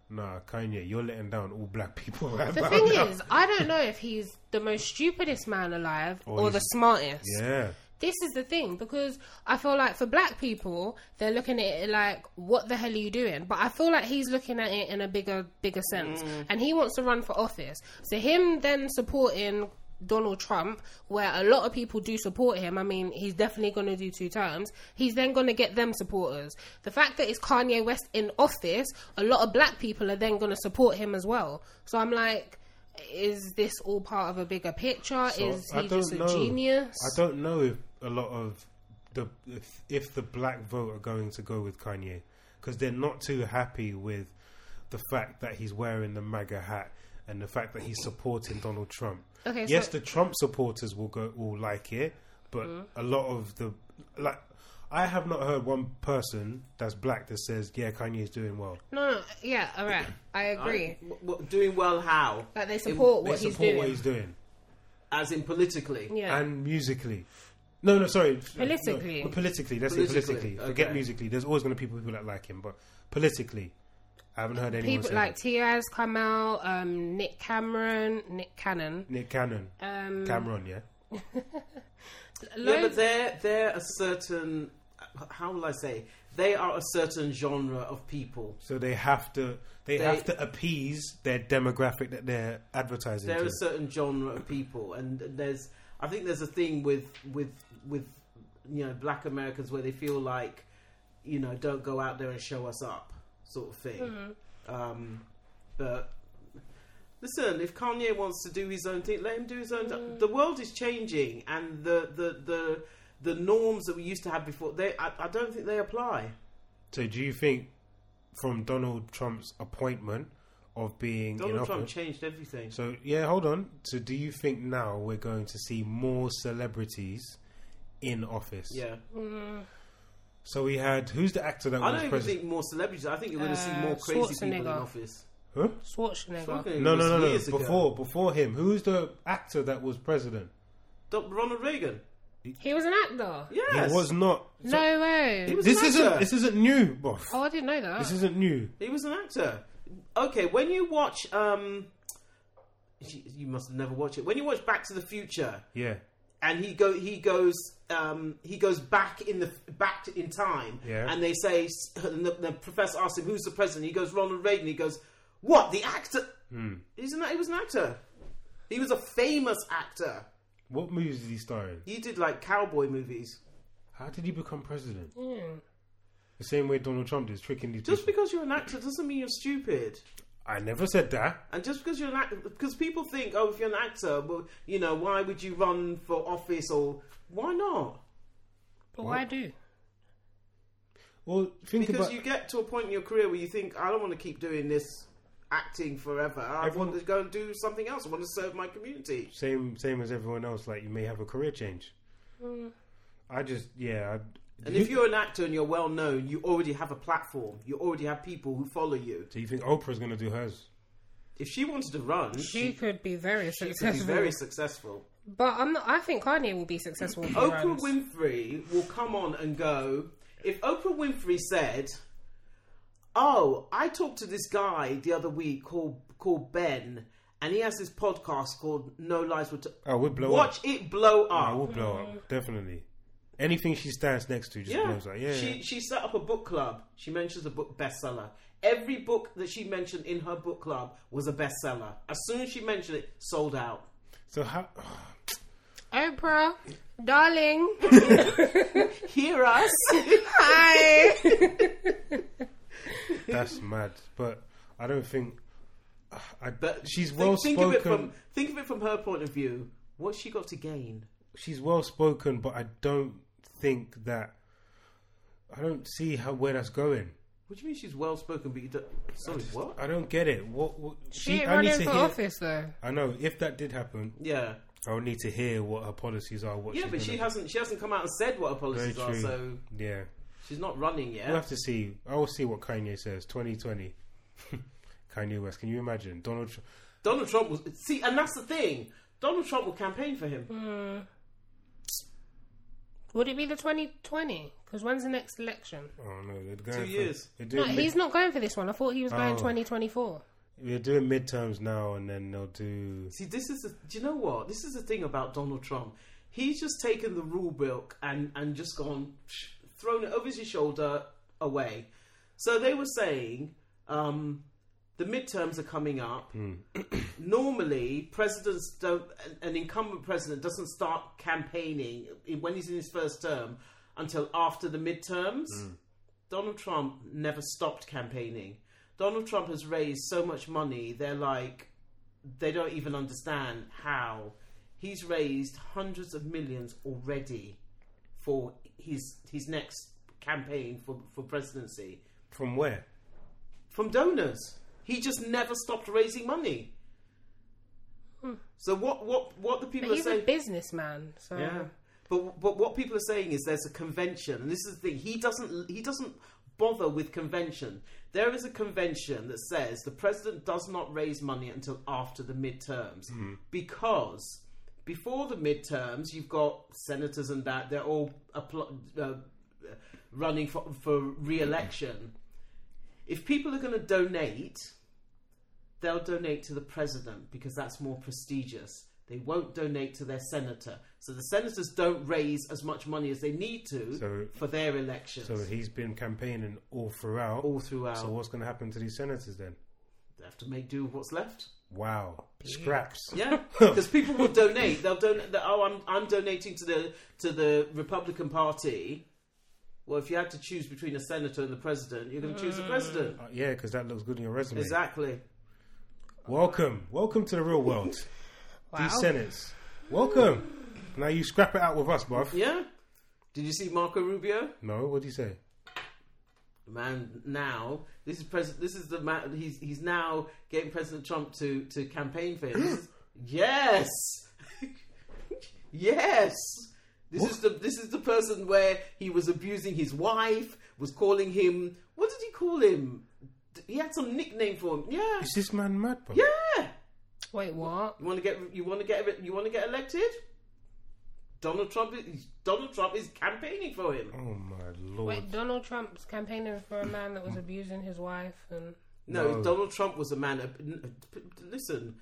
Speaker 2: nah, Kanye, you're letting down all black people. right
Speaker 3: The
Speaker 2: about
Speaker 3: thing
Speaker 2: now."
Speaker 3: is, I don't know if he's the most stupidest man alive or, the
Speaker 2: he's-
Speaker 3: smartest.
Speaker 2: Yeah.
Speaker 3: This is the thing because I feel like for black people, they're looking at it like, "What the hell are you doing?" But I feel like he's looking at it in a bigger, bigger sense,
Speaker 2: Mm.
Speaker 3: and he wants to run for office. So him then supporting Donald Trump, where a lot of people do support him. I mean, he's definitely going to do two terms. He's then going to get them supporters. The fact that it's Kanye West in office, a lot of black people are then going to support him as well. So I'm like. Is this all part of a bigger picture?
Speaker 2: So
Speaker 3: is he just a genius?
Speaker 2: I don't know if a lot of the if, if the black vote are going to go with Kanye because they're not too happy with the fact that he's wearing the MAGA hat and the fact that he's supporting Donald Trump.
Speaker 3: Okay,
Speaker 2: yes,
Speaker 3: so-
Speaker 2: the Trump supporters will go will like it, but
Speaker 3: Mm-hmm.
Speaker 2: a lot of the like. I have not heard one person that's black that says, "Yeah, Kanye's doing well."
Speaker 3: No, no, yeah, all right, I agree.
Speaker 4: W- w- doing well how?
Speaker 3: Like they support
Speaker 2: They
Speaker 3: what he's
Speaker 2: support
Speaker 3: doing.
Speaker 2: what he's doing.
Speaker 4: As in politically.
Speaker 3: yeah,
Speaker 2: and musically. No, no, sorry.
Speaker 3: Politically.
Speaker 2: No, politically, that's it.
Speaker 4: Politically,
Speaker 2: Politically,
Speaker 4: okay.
Speaker 2: forget musically. There's always going to be people who like, like him, but politically, I haven't heard anyone
Speaker 3: people
Speaker 2: say
Speaker 3: like
Speaker 2: that.
Speaker 3: T.I.'s come out, um, Nick Cameron, Nick Cannon,
Speaker 2: Nick Cannon,
Speaker 3: um,
Speaker 2: Cameron, yeah.
Speaker 4: Yeah, but
Speaker 3: loads.
Speaker 4: they're they're a certain. How will I say? They are a certain genre of people.
Speaker 2: So they have to, they,
Speaker 4: They-
Speaker 2: have to appease their demographic that they're advertising
Speaker 4: They're
Speaker 2: to.
Speaker 4: a certain genre of people, and there's. I think there's a thing with with with you know black Americans where they feel like you know don't go out there and show us up sort of thing. Um, but listen, if Kanye wants to do his own thing, let him do his own. thing. The world is changing, and the the the. The norms that we used to have before, they I, I don't think they apply.
Speaker 2: so do you think, from Donald Trump's appointment of being in
Speaker 4: Donald
Speaker 2: office,
Speaker 4: Trump changed everything.
Speaker 2: So yeah, hold on. So do you think now we're going to see more celebrities in office?
Speaker 4: Yeah,
Speaker 2: So we had who's the actor that
Speaker 4: I
Speaker 2: was
Speaker 4: don't even
Speaker 2: president?
Speaker 4: think more celebrities. I think you're going to see
Speaker 3: Uh,
Speaker 4: more crazy people in
Speaker 3: Schwarzenegger.
Speaker 4: office.
Speaker 2: Huh?
Speaker 3: Schwarzenegger.
Speaker 2: No, no, no, no.
Speaker 4: Years ago.
Speaker 2: Before, before him, who's the actor that was president?
Speaker 4: Dr. Ronald Reagan.
Speaker 3: He was an actor.
Speaker 4: Yes,
Speaker 2: He was not.
Speaker 3: No way.
Speaker 4: was
Speaker 2: This
Speaker 4: an
Speaker 2: isn't.
Speaker 4: actor.
Speaker 2: This isn't new, boss.
Speaker 3: Oh, I didn't know that.
Speaker 2: This isn't new.
Speaker 4: He was an actor. okay, when you watch, um, you you must have never watched it. When you watch Back to the Future,
Speaker 2: Yeah.
Speaker 4: and he go he goes um, he goes back in the back in time,
Speaker 2: Yeah.
Speaker 4: and they say and the, the professor asks him who's the president. He goes Ronald Reagan. He goes, what the actor? Isn't that he was an actor? He was a famous actor.
Speaker 2: What movies did he star in?
Speaker 4: He did like cowboy movies.
Speaker 2: How did he become president? The same way Donald Trump is tricking these
Speaker 4: Hmm. Just
Speaker 2: people.
Speaker 4: because you're an actor doesn't mean you're stupid.
Speaker 2: I never said that.
Speaker 4: And just because you're an actor, because people think, oh, if you're an actor, well, you know, why would you run for office or why not?
Speaker 3: But why do?
Speaker 2: Well, think
Speaker 4: Because
Speaker 2: about
Speaker 4: you get to a point in your career where you think, I don't want to keep doing this acting forever. I
Speaker 2: Everyone-
Speaker 4: want to go and do something else. I want to serve my community.
Speaker 2: same same as everyone else. Like you may have a career change. I just yeah. I,
Speaker 4: Hmm. And if you're an actor and you're well known, you already have a platform. You already have people who follow you.
Speaker 2: do you think Oprah's gonna do hers?
Speaker 4: If she wanted to run, she,
Speaker 3: She could be very
Speaker 4: could be
Speaker 3: successful.
Speaker 4: very successful.
Speaker 3: But I'm not, I think Kanye will be successful. if he
Speaker 4: Oprah
Speaker 3: runs.
Speaker 4: Winfrey will come on and go. If Oprah Winfrey said, "Oh, I talked to this guy the other week called called Ben, and he has this podcast called No Lies Will T-
Speaker 2: I would blow
Speaker 4: Watch
Speaker 2: up.
Speaker 4: it blow
Speaker 2: I
Speaker 4: up."
Speaker 2: would blow up definitely. Anything she stands next to just
Speaker 4: Yeah.
Speaker 2: blows up. Yeah.
Speaker 4: she
Speaker 2: yeah.
Speaker 4: she set up a book club. She mentions a book bestseller. Every book that she mentioned in her book club was a bestseller. As soon as she mentioned it, sold out.
Speaker 2: So how? oh,
Speaker 3: Oprah, darling,
Speaker 4: Hear us?
Speaker 3: hi.
Speaker 2: That's mad. But I don't think. I,
Speaker 4: But
Speaker 2: she's
Speaker 4: think-
Speaker 2: well
Speaker 4: think
Speaker 2: spoken.
Speaker 4: Of it from, think of it from her point of view. What's she got to gain?
Speaker 2: she's well spoken, but I don't think that I don't see how where that's going.
Speaker 4: What do you mean she's well spoken? But you don't. Sorry, what?
Speaker 2: I don't get it. What, what
Speaker 3: She ain't
Speaker 2: I need
Speaker 3: running
Speaker 2: to
Speaker 3: for
Speaker 2: hear-
Speaker 3: office though.
Speaker 2: I know if that did happen,
Speaker 4: Yeah,
Speaker 2: I would need to hear what her policies are. What
Speaker 4: yeah,
Speaker 2: she's
Speaker 4: but she
Speaker 2: gonna-
Speaker 4: hasn't. She hasn't come out and said what
Speaker 2: Very
Speaker 4: her policies are,
Speaker 2: true.
Speaker 4: so
Speaker 2: Yeah,
Speaker 4: she's not running yet.
Speaker 2: we'll have to see. I will see what Kanye says. Twenty twenty. Kanye West. Can you imagine Donald? Trump.
Speaker 4: Donald Trump was see, and that's the thing. Donald Trump will campaign for him.
Speaker 3: Would it be the 2020? Because when's the next election?
Speaker 2: Oh no, they're going for,
Speaker 4: Two years.
Speaker 2: They're
Speaker 3: No,
Speaker 2: doing,
Speaker 3: he's not going for this one. I thought he was going
Speaker 2: Oh.
Speaker 3: 2024.
Speaker 2: mid, they're doing midterms now, and then they'll do.
Speaker 4: See, this is. The, do you know what? This is the thing about Donald Trump. He's just taken the rule book and and just gone, psh, thrown it over his shoulder away. So they were saying um, the midterms are coming up. Normally, presidents don't. an- An incumbent president doesn't start campaigning in- when he's in his first term until after the midterms. Donald Trump never stopped campaigning. Donald Trump has raised so much money. They're like, they don't even understand how he's raised hundreds of millions already for his his next campaign for, for presidency
Speaker 2: From where?
Speaker 4: from donors. He just never stopped raising money. So what what what the people
Speaker 3: Hmm. But
Speaker 4: are
Speaker 3: he's a
Speaker 4: saying?
Speaker 3: businessman, so
Speaker 4: Yeah. But but what people are saying is there's a convention, and this is the thing. He doesn't he doesn't bother with convention. There is a convention that says the president does not raise money until after the midterms because before the midterms you've got senators and that they're all appl- uh, running for for re-election. If people are going to donate, they'll donate to the president because that's more prestigious. They won't donate to their senator. So the senators don't raise as much money as they need to
Speaker 2: So-
Speaker 4: for their elections
Speaker 2: So he's been campaigning all throughout.
Speaker 4: all throughout.
Speaker 2: So what's going to happen to these senators then?
Speaker 4: they have to make do with what's left.
Speaker 2: Wow, scraps.
Speaker 4: Yeah, because people will donate. They'll donate. they'll- Oh, I'm I'm donating to the to the Republican Party. Well, if you had to choose between a senator and the president, you're going to choose the president.
Speaker 2: Uh, yeah, because that looks good on your resume.
Speaker 4: Exactly.
Speaker 2: Welcome, welcome to the real world.
Speaker 3: wow.
Speaker 2: These senates, welcome. Now you scrap it out with us, bruv.
Speaker 4: Yeah. Did you see Marco Rubio?
Speaker 2: No, what do you say?
Speaker 4: man now this is president this is the man he's he's now getting president trump to to campaign for him This is- yes yes this is the this is the person where he was abusing his wife was calling him what did he call him D- he had some nickname for him yeah
Speaker 2: Is this man mad, bro?
Speaker 4: yeah
Speaker 3: Wait, what?
Speaker 4: you want to get you want to get you want to get elected donald trump is donald trump is campaigning for him
Speaker 2: Oh my lord.
Speaker 3: Wait, Donald Trump's campaigning for a man that was abusing his wife and
Speaker 4: No,
Speaker 2: No.
Speaker 4: Donald Trump was a man. Of, n- p- listen,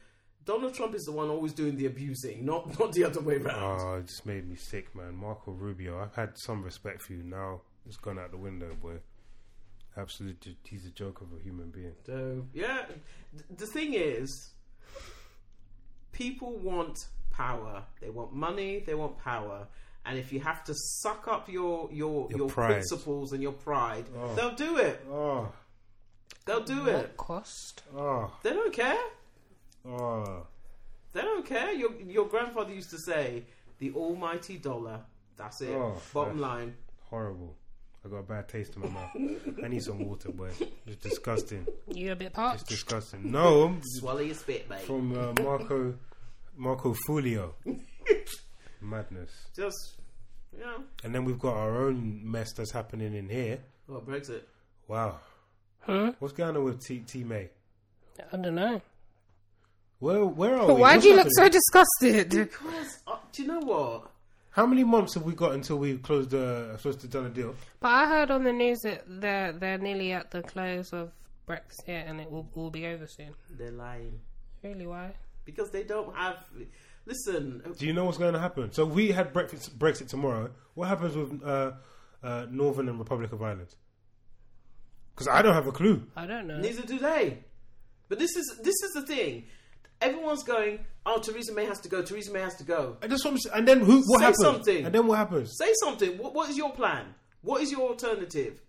Speaker 4: Donald Trump is the one always doing the abusing, not not the other way around.
Speaker 2: Oh, it just made me sick, man. Marco Rubio, I've had some respect for you. Now it's gone out the window, boy. Absolutely, he's a joke of a human being.
Speaker 4: So yeah, Th- the thing is, people want power. They want money. They want power. And if you have to suck up your your
Speaker 2: Your
Speaker 4: your,
Speaker 2: pride. Ah.
Speaker 4: principles and your pride, they'll do it.
Speaker 2: Oh,
Speaker 4: They'll do it.
Speaker 3: What cost?
Speaker 2: oh,
Speaker 4: They don't care.
Speaker 2: oh.
Speaker 4: They don't care. Your your grandfather used to say, "The almighty dollar." That's it.
Speaker 2: Oh,
Speaker 4: Bottom
Speaker 2: that's-
Speaker 4: line.
Speaker 2: Horrible. I got a bad taste in my mouth. I need some water, boy. It's disgusting.
Speaker 3: You a bit
Speaker 2: It's
Speaker 3: parched?
Speaker 2: disgusting. No,
Speaker 4: Swallow your spit, mate.
Speaker 2: from uh, Marco Marco Fulio. Madness.
Speaker 4: Just you know,
Speaker 2: And then we've got our own mess that's happening in here.
Speaker 4: oh, Brexit.
Speaker 2: Wow.
Speaker 3: Huh?
Speaker 2: What's going on with T T May?
Speaker 3: I don't know.
Speaker 2: Where where are
Speaker 3: But
Speaker 2: we?
Speaker 3: why
Speaker 2: What's
Speaker 3: do you look so
Speaker 2: happening?
Speaker 3: disgusted?
Speaker 4: Because uh, do you know what?
Speaker 2: How many months have we got until we close the supposed to done a deal?
Speaker 3: But I heard on the news that they're they're nearly at the close of Brexit and it will all be over soon.
Speaker 4: They're lying
Speaker 3: Really? Why?
Speaker 4: because they don't have. Listen,
Speaker 2: Do you know what's going to happen? So we had Brexit, Brexit tomorrow. What happens with uh, uh, Northern and Republic of Ireland? Because I don't have a clue.
Speaker 3: I don't know.
Speaker 4: neither do they. But this is this is the thing. Everyone's going. Oh, Theresa May has to go. Theresa May has to go.
Speaker 2: And that's what I'm s- And then who? What
Speaker 4: Say
Speaker 2: happens?
Speaker 4: something.
Speaker 2: And then what happens?
Speaker 4: Say something. What, what is your plan? What is your alternative?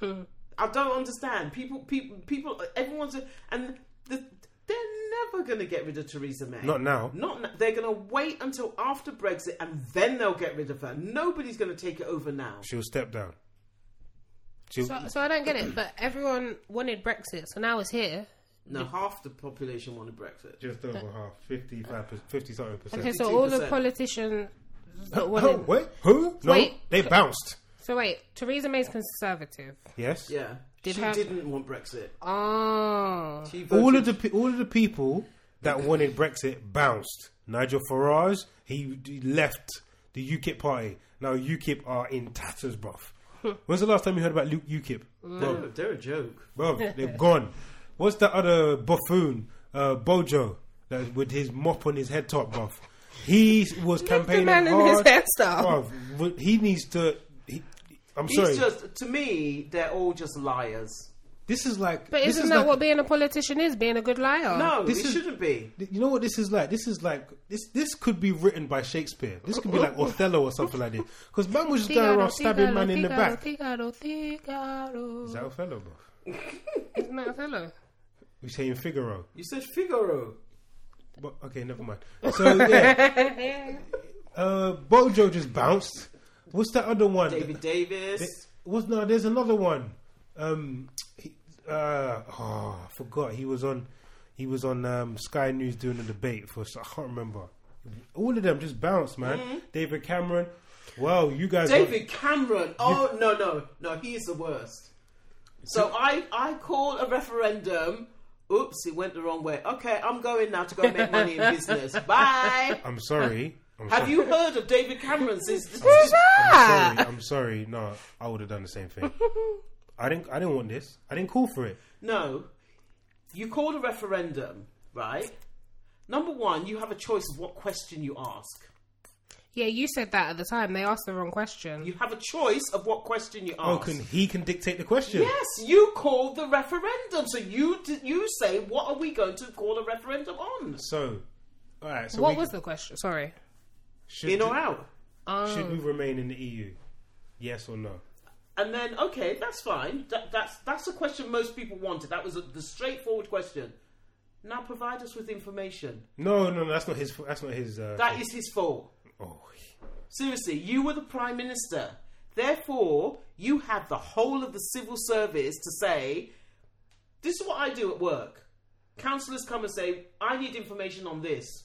Speaker 3: Hmm.
Speaker 4: I don't understand. People, people, people. Everyone's and the, they're never going to get rid of Theresa May.
Speaker 2: Not now.
Speaker 4: Not n- they're going to wait until after Brexit and then they'll get rid of her. Nobody's going to take it over now.
Speaker 2: She'll step down. She'll,
Speaker 3: So, so I don't get it. But everyone wanted Brexit, so now it's here.
Speaker 4: No, half the population wanted Brexit.
Speaker 2: just over half, 55, 50 something percent.
Speaker 3: Okay, so all the
Speaker 4: 52%.
Speaker 3: politicians that
Speaker 2: Oh,
Speaker 3: wanted.
Speaker 2: wait, who? No,
Speaker 3: Wait.
Speaker 2: they bounced.
Speaker 3: So wait, Theresa May's conservative.
Speaker 2: Yes.
Speaker 4: Yeah,
Speaker 3: Did
Speaker 4: she
Speaker 3: have-
Speaker 4: didn't want Brexit.
Speaker 3: Oh,
Speaker 4: She voted.
Speaker 2: All of the pe- all of the people that wanted Brexit bounced. Nigel Farage he, he left the UKIP party. Now UKIP are in tatters, bruv. When's the last time you heard about Luke UKIP?
Speaker 4: they're, they're a joke.
Speaker 2: Bruv, they're gone. What's that other buffoon, uh, Bojo, that with his mop on his head top, bruv? He was campaigning
Speaker 3: man in
Speaker 2: hard.
Speaker 3: his hairstyle.
Speaker 2: Bruv, but he needs to. He, I'm
Speaker 4: He's
Speaker 2: sorry.
Speaker 4: just to me, they're all just liars.
Speaker 2: this is like.
Speaker 3: but
Speaker 2: this
Speaker 3: isn't
Speaker 2: is
Speaker 3: that
Speaker 2: like-
Speaker 3: what being a politician is? Being a good liar.
Speaker 4: No,
Speaker 2: Uh, This
Speaker 4: it
Speaker 2: is-
Speaker 4: shouldn't be.
Speaker 2: Th- You know what this is like? This is like this. This could be written by Shakespeare. This could be like Othello or something like this. Because man was just going around stabbing man in the back.
Speaker 3: Figaro, Figaro.
Speaker 2: Is that Othello, bro?
Speaker 3: Isn't that Othello?
Speaker 2: We saying Figaro.
Speaker 4: You said Figaro.
Speaker 2: But, okay, never mind. So yeah, uh, Bojo just bounced. What's that other one?
Speaker 4: David Davis.
Speaker 2: Was no? There's another one. Um, he, uh, oh, I forgot. He was on. He was on um, Sky News doing a debate for. I can't remember. All of them just bounced, man. David Cameron. Wow, you guys. got-
Speaker 4: Mm-hmm. David Cameron. Oh no, no, no. He is the worst. So I, I called a referendum. Oops, it went the wrong way. Okay, I'm going now to go make money in business. Bye.
Speaker 2: I'm sorry. I'm
Speaker 4: Have
Speaker 2: sorry.
Speaker 4: you heard of David Cameron since?
Speaker 3: Ah!
Speaker 2: I'm sorry. I'm sorry. No, I would have done the same thing. I didn't. I didn't want this. I didn't call for it.
Speaker 4: No, you called a referendum, right? Number one, you have a choice of what question you ask.
Speaker 3: Yeah, you said that at the time. They asked the wrong question.
Speaker 4: You have a choice of what question you
Speaker 2: Oh,
Speaker 4: ask.
Speaker 2: can he can dictate the question?
Speaker 4: Yes, you called the referendum, so you d- you say what are we going to call a referendum on?
Speaker 2: So, all right. So
Speaker 3: what
Speaker 2: we-
Speaker 3: was the question? Sorry. Um,
Speaker 2: should,
Speaker 4: In or out?
Speaker 2: Should we remain in the EU? Yes or no?
Speaker 4: And then, okay, that's fine. That, that's that's the question most people wanted. That was a, the straightforward question. Now provide us with information.
Speaker 2: No, no, no. That's not his. That's not his. Uh,
Speaker 4: That is his fault.
Speaker 2: oh,
Speaker 4: Seriously, you were the prime minister. Therefore, you have the whole of the civil service to say, "This is what I do at work." Councillors come and say, "I need information on this."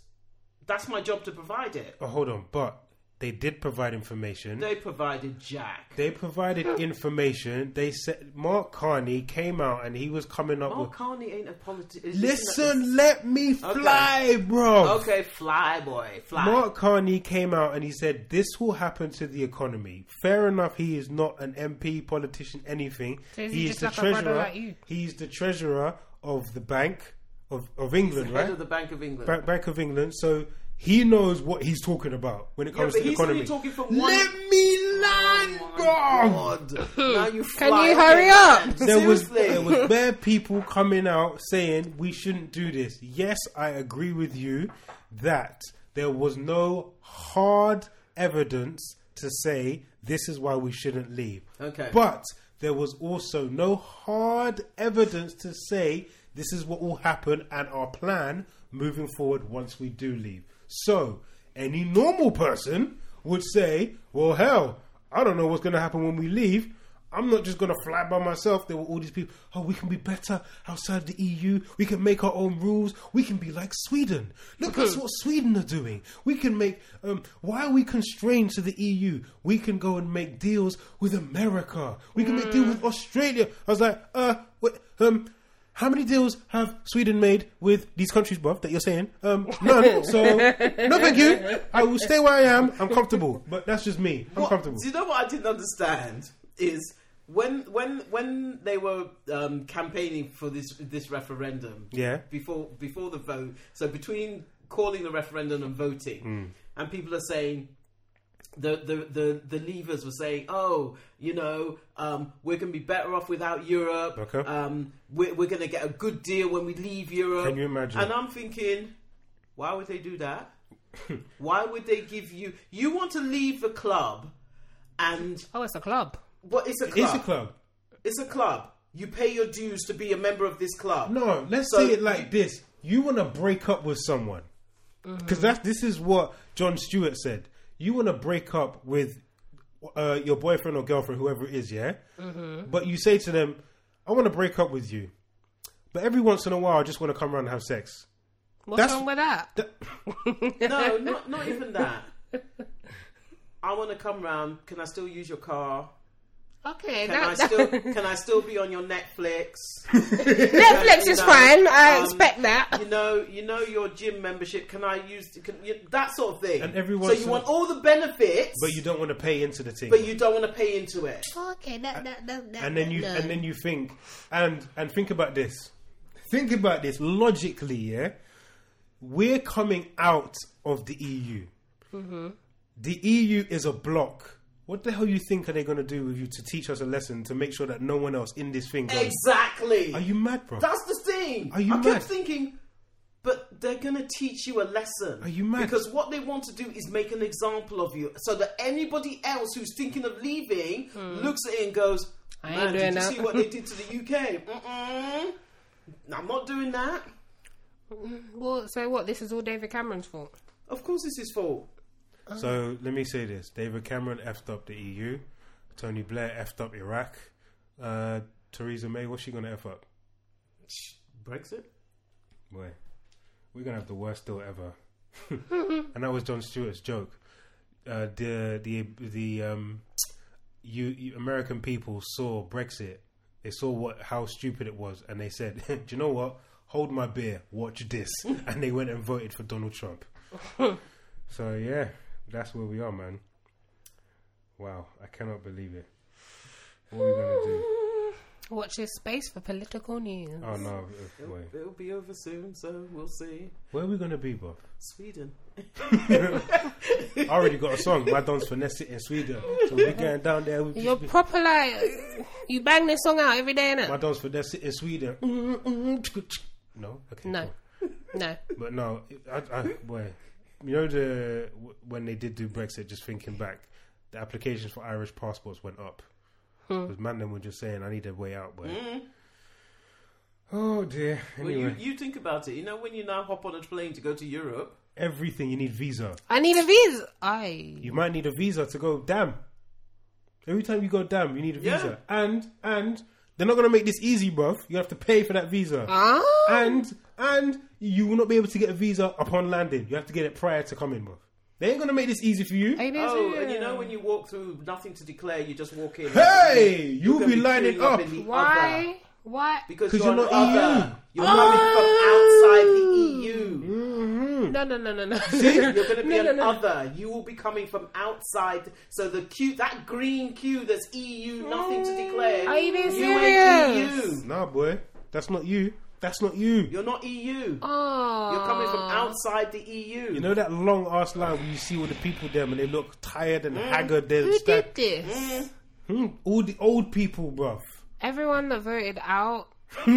Speaker 4: That's my job to provide it.
Speaker 2: oh, hold on. But They did provide information.
Speaker 4: They provided Jack.
Speaker 2: They provided information. They said Mark Carney came out and he was coming up
Speaker 4: Mark
Speaker 2: with.
Speaker 4: Carney ain't a politician.
Speaker 2: Listen, let me fly, bro.
Speaker 4: Okay, fly boy, fly.
Speaker 2: Mark Carney came out and he said this will happen to the economy. Fair enough, he is not an MP, politician, anything.
Speaker 3: So is he
Speaker 2: he is
Speaker 3: just
Speaker 2: the
Speaker 3: like a brother
Speaker 2: treasurer.
Speaker 3: like you?
Speaker 2: He's the treasurer of the bank of of England,
Speaker 4: head
Speaker 2: right?
Speaker 4: of the Bank of England.
Speaker 2: Ba- Bank of England. So he knows what he's talking about when it
Speaker 4: yeah,
Speaker 2: comes
Speaker 4: but
Speaker 2: to the
Speaker 4: he's only
Speaker 2: economy.
Speaker 4: talking from one. Oh
Speaker 2: Let me land, bro.
Speaker 4: now you
Speaker 3: Can
Speaker 4: fly
Speaker 3: you
Speaker 4: off
Speaker 3: hurry
Speaker 4: your
Speaker 3: up?
Speaker 4: land.
Speaker 2: there was
Speaker 4: Seriously.
Speaker 2: there was bare people coming out saying we shouldn't do this. Yes, I agree with you that there was no hard evidence to say this is why we shouldn't leave.
Speaker 4: Okay.
Speaker 2: But there was also no hard evidence to say this is what will happen and our plan moving forward once we do leave. So, any normal person would say, well, hell, I don't know what's going to happen when we leave. I'm not just going to fly by myself. There were all these people. Oh, we can be better outside the EU. We can make our own rules. We can be like Sweden. Look at what Sweden are doing. We can make. Um, why are we constrained to the EU? We can go and make deals with America. We can make deals with Australia. I was like, uh, what, um, how many deals have Sweden made with these countries, bruv, that you're saying? Um, none. so, no, thank you. I will stay where I am. I'm comfortable. But that's just me. I'm
Speaker 4: What-
Speaker 2: comfortable.
Speaker 4: Do you know what I didn't understand is when when when they were um, campaigning for this this referendum.
Speaker 2: Yeah.
Speaker 4: Before before the vote, so between calling the referendum and voting,
Speaker 2: Hmm.
Speaker 4: and people are saying. The, the the the levers were saying, oh, you know, um, we're going to be better off without Europe.
Speaker 2: Okay.
Speaker 4: Um, we're we're going to get a good deal when we leave Europe.
Speaker 2: Can you imagine?
Speaker 4: And I'm thinking, why would they do that? Why would they give you? You want to leave the club, and
Speaker 3: Oh, it's a club.
Speaker 4: what is a club?
Speaker 2: It's a club.
Speaker 4: It's a club. You pay your dues to be a member of this club.
Speaker 2: No, let's
Speaker 4: So-
Speaker 2: say it like this: you want to break up with someone,
Speaker 4: Mm-hmm.
Speaker 2: because that's this is what John Stewart said. You want to break up with uh, your boyfriend or girlfriend, whoever it is, yeah.
Speaker 4: Mm-hmm.
Speaker 2: But you say to them, "I want to break up with you," but every once in a while, I just want to come around and have sex.
Speaker 3: What's
Speaker 2: That's-
Speaker 3: wrong with that?
Speaker 4: no, not not even that. I want to come round. Can I still use your car?
Speaker 3: Okay,
Speaker 4: Can I
Speaker 3: that,
Speaker 4: still can I still be on your Netflix?
Speaker 3: Netflix is
Speaker 4: No,
Speaker 3: fine. I
Speaker 4: um,
Speaker 3: expect that.
Speaker 4: You know, you know your gym membership. Can I use can, you, that sort of thing?
Speaker 2: And every
Speaker 4: so
Speaker 2: once
Speaker 4: you
Speaker 2: in-
Speaker 4: want all the benefits,
Speaker 2: But you don't want to pay into the team.
Speaker 4: but you don't want to pay into it.
Speaker 3: Okay, that, that, that, that
Speaker 2: and then you and then you think and and think about this think about this logically yeah we're coming out of the eu the eu is a block what the hell you think are they going to do with you to teach us a lesson to make sure that no one else in this thing goes
Speaker 4: Exactly.
Speaker 2: are you mad bro
Speaker 4: That's the thing.
Speaker 2: Are you
Speaker 4: I
Speaker 2: mad?
Speaker 4: kept thinking, but they're gonna teach you a lesson.
Speaker 2: Are you mad?
Speaker 4: Because what they want to do is make an example of you, so that anybody else who's thinking of leaving looks at it and goes,
Speaker 3: I ain't
Speaker 4: "Man,
Speaker 3: doing
Speaker 4: did you
Speaker 3: that."
Speaker 4: see what they did to the UK? Mm-mm. I'm not doing that."
Speaker 3: Well, so what? This is all David Cameron's fault.
Speaker 4: Of course, it's his fault.
Speaker 2: so let me say this david cameron effed up the eu tony blair effed up iraq uh, theresa may what's she going to f up
Speaker 4: Brexit.
Speaker 2: Boy, we're gonna have the worst deal ever. and that was John Stewart's joke. Uh, the the the um, you, you American people saw Brexit. They saw what how stupid it was, and they said, "Do you know what? Hold my beer. Watch this." and they went and voted for Donald Trump. so yeah, that's where we are, man. Wow, I cannot believe it. What are we gonna do?
Speaker 3: Watch this space for political news.
Speaker 2: Oh no, uh, boy.
Speaker 4: It'll be over soon, so we'll see.
Speaker 2: where are we gonna be, Bob?
Speaker 4: Sweden.
Speaker 2: I already got a song. My dance finesse it in Sweden. So we're going down there. We
Speaker 3: You're
Speaker 2: just,
Speaker 3: proper like you bang this song out every day,
Speaker 2: my
Speaker 3: innit?
Speaker 2: dance finesse it in Sweden. No, okay,
Speaker 3: No,
Speaker 2: cool.
Speaker 3: no.
Speaker 2: but no, I, I, boy, you know the when they did do Brexit. Just thinking back, the applications for Irish passports went up
Speaker 4: Hmm.
Speaker 2: because man, them were just saying, "I need a way out." But oh dear.
Speaker 4: Well,
Speaker 2: Anyway,
Speaker 4: you, you think about it. You know, when you now hop on a plane to go to Europe,
Speaker 2: everything you need visa.
Speaker 3: I need a visa. I
Speaker 2: You might need a visa to go. Damn. Every time you go, damn, you need a
Speaker 4: Yeah.
Speaker 2: visa. And and they're not gonna make this easy, bruv. You have to pay for that visa.
Speaker 3: ah.
Speaker 2: And and you will not be able to get a visa upon landing. You have to get it prior to coming, bruv. They ain't gonna make this easy for you.
Speaker 3: Ain't it?
Speaker 4: Oh,
Speaker 3: yeah.
Speaker 4: and you know when you walk through nothing to declare, you just walk in.
Speaker 2: Hey, you'll
Speaker 4: can
Speaker 2: be lining
Speaker 4: queuing
Speaker 2: up.
Speaker 4: in the other.
Speaker 3: Why? Why?
Speaker 4: Because
Speaker 2: 'Cause
Speaker 4: you're,
Speaker 2: you're
Speaker 4: not
Speaker 2: not E
Speaker 4: other.
Speaker 2: EU.
Speaker 4: You're
Speaker 3: Oh!
Speaker 4: coming from outside the EU.
Speaker 3: No, no, no, no, no.
Speaker 4: You're going to be
Speaker 3: No,
Speaker 4: an
Speaker 3: no, no.
Speaker 4: other. You will be coming from outside. So the queue, that green queue, that's EU, nothing to declare.
Speaker 3: Are you being
Speaker 4: ain't
Speaker 3: serious?
Speaker 4: EU.
Speaker 2: Nah, boy, that's not you. That's not you.
Speaker 4: You're not EU.
Speaker 3: Oh.
Speaker 4: You're coming from outside the E EU.
Speaker 2: You know that long ass line where you see all the people them and they look tired and haggard. They're
Speaker 3: Mm. Who
Speaker 2: stand-
Speaker 3: did this?
Speaker 2: Hmm, all the old people, bruv.
Speaker 3: Everyone that voted out.
Speaker 4: they,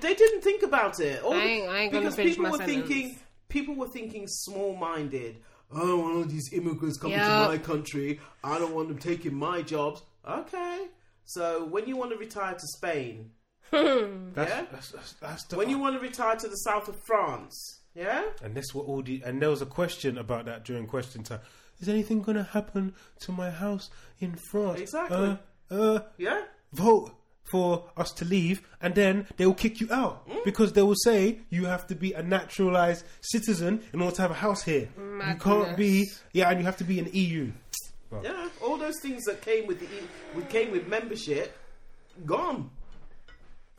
Speaker 4: they didn't think about it. All
Speaker 3: I ain't- I ain't gonna
Speaker 4: because
Speaker 3: finish
Speaker 4: people
Speaker 3: my
Speaker 4: were
Speaker 3: sentence.
Speaker 4: thinking people were thinking small minded. I don't want all these immigrants coming
Speaker 3: Yeah.
Speaker 4: to my country. I don't want them taking my jobs. Okay. So when you want to retire to Spain,
Speaker 2: That's,
Speaker 4: Yeah?
Speaker 2: that's, that's, that's the
Speaker 4: when you want to retire to the south of France, yeah?
Speaker 2: And this were all the and there was a question about that during question time. Is anything gonna happen to my house in France?
Speaker 4: Exactly.
Speaker 2: Uh, uh,
Speaker 4: Yeah?
Speaker 2: vote for us to leave, and then they will kick you out
Speaker 3: Mm.
Speaker 2: because they will say you have to be a naturalized citizen in order to have a house here. You can't be yeah, and you have to be in the E EU.
Speaker 4: Yeah. All those things that came with the E- with came with membership gone.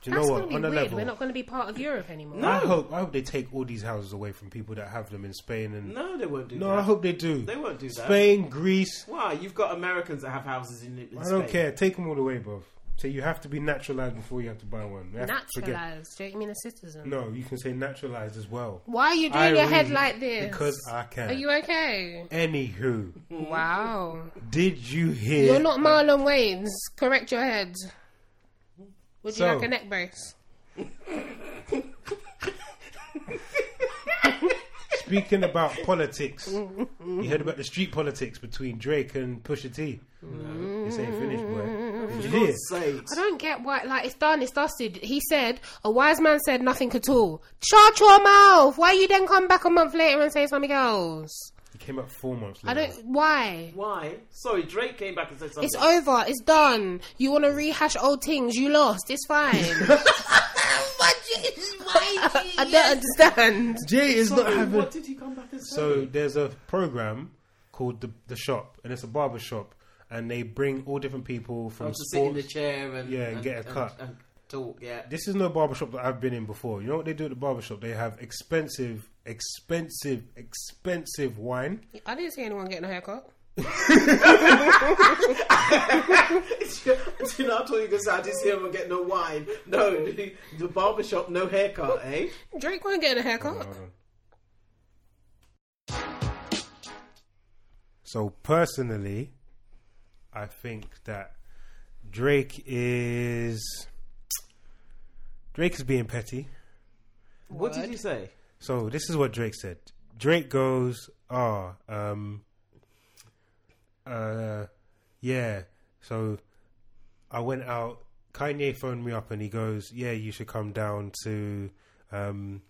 Speaker 2: Do you
Speaker 3: That's
Speaker 2: know
Speaker 3: going to
Speaker 2: what?
Speaker 3: be
Speaker 2: On a
Speaker 3: weird.
Speaker 2: level,
Speaker 3: We're not going to be part of Europe anymore.
Speaker 4: No.
Speaker 2: I hope I hope they take all these houses away from people that have them in Spain and.
Speaker 4: No, they won't do
Speaker 2: No,
Speaker 4: that.
Speaker 2: I hope they do.
Speaker 4: They won't do that.
Speaker 2: Spain, Greece,
Speaker 4: Why? You've got Americans that have houses in, in
Speaker 2: I don't
Speaker 4: Spain.
Speaker 2: care. Take them all away, bruv. So you have to be naturalized before you have to buy one. You have to forget-
Speaker 3: Naturalized. Don't you mean a citizen?
Speaker 2: No, you can say naturalized as well.
Speaker 3: Why are you doing
Speaker 2: I
Speaker 3: your head
Speaker 2: read
Speaker 3: like this?
Speaker 2: Because I Mm-hmm. can.
Speaker 3: Are you okay?
Speaker 2: Anywho,
Speaker 3: Wow.
Speaker 2: did you hear?
Speaker 3: You're not Marlon Wayans. Correct your head. Would
Speaker 2: So-
Speaker 3: you like a neck brace?
Speaker 2: Speaking about politics, you heard about the street politics between Drake and Pusha T. No. This ain't finished, boy. Did you
Speaker 3: Mm.
Speaker 2: hear?
Speaker 4: Sakes.
Speaker 3: I don't get why. Like it's done. It's dusted. He said a wise man said nothing at all. Shut your mouth. Why you then come back a month later and say something else?
Speaker 2: He came out four months
Speaker 3: I
Speaker 2: later.
Speaker 3: don't. Why?
Speaker 4: Why? Sorry, Drake came back and said something.
Speaker 3: It's over. It's done. You want to rehash old things? You lost. It's fine. I don't understand.
Speaker 2: Jay is not
Speaker 4: Sorry,
Speaker 2: having.
Speaker 4: what did he come back and say?
Speaker 2: So there's a program called the the shop, and it's a barber shop, and they bring all different people from
Speaker 4: Oh, to
Speaker 2: sports.
Speaker 4: sit in the chair and
Speaker 2: Yeah, and get a cut.
Speaker 4: and, talk. Yeah,
Speaker 2: This is no barbershop that I've been in before. You know what they do at the barbershop? They have expensive, expensive, expensive wine.
Speaker 3: I didn't see anyone getting a haircut.
Speaker 4: do you know? I thought you could say I didn't see him get no wine. No, the, the barber shop, no haircut, eh?
Speaker 3: Drake wasn't getting a haircut.
Speaker 2: So personally, I think that Drake is Drake is being petty.
Speaker 4: What did he say?
Speaker 2: So this is what Drake said. Drake goes, "Ah, um, uh, yeah." So I went out. Kanye phoned me up and he goes, "Yeah, you should come down to, um,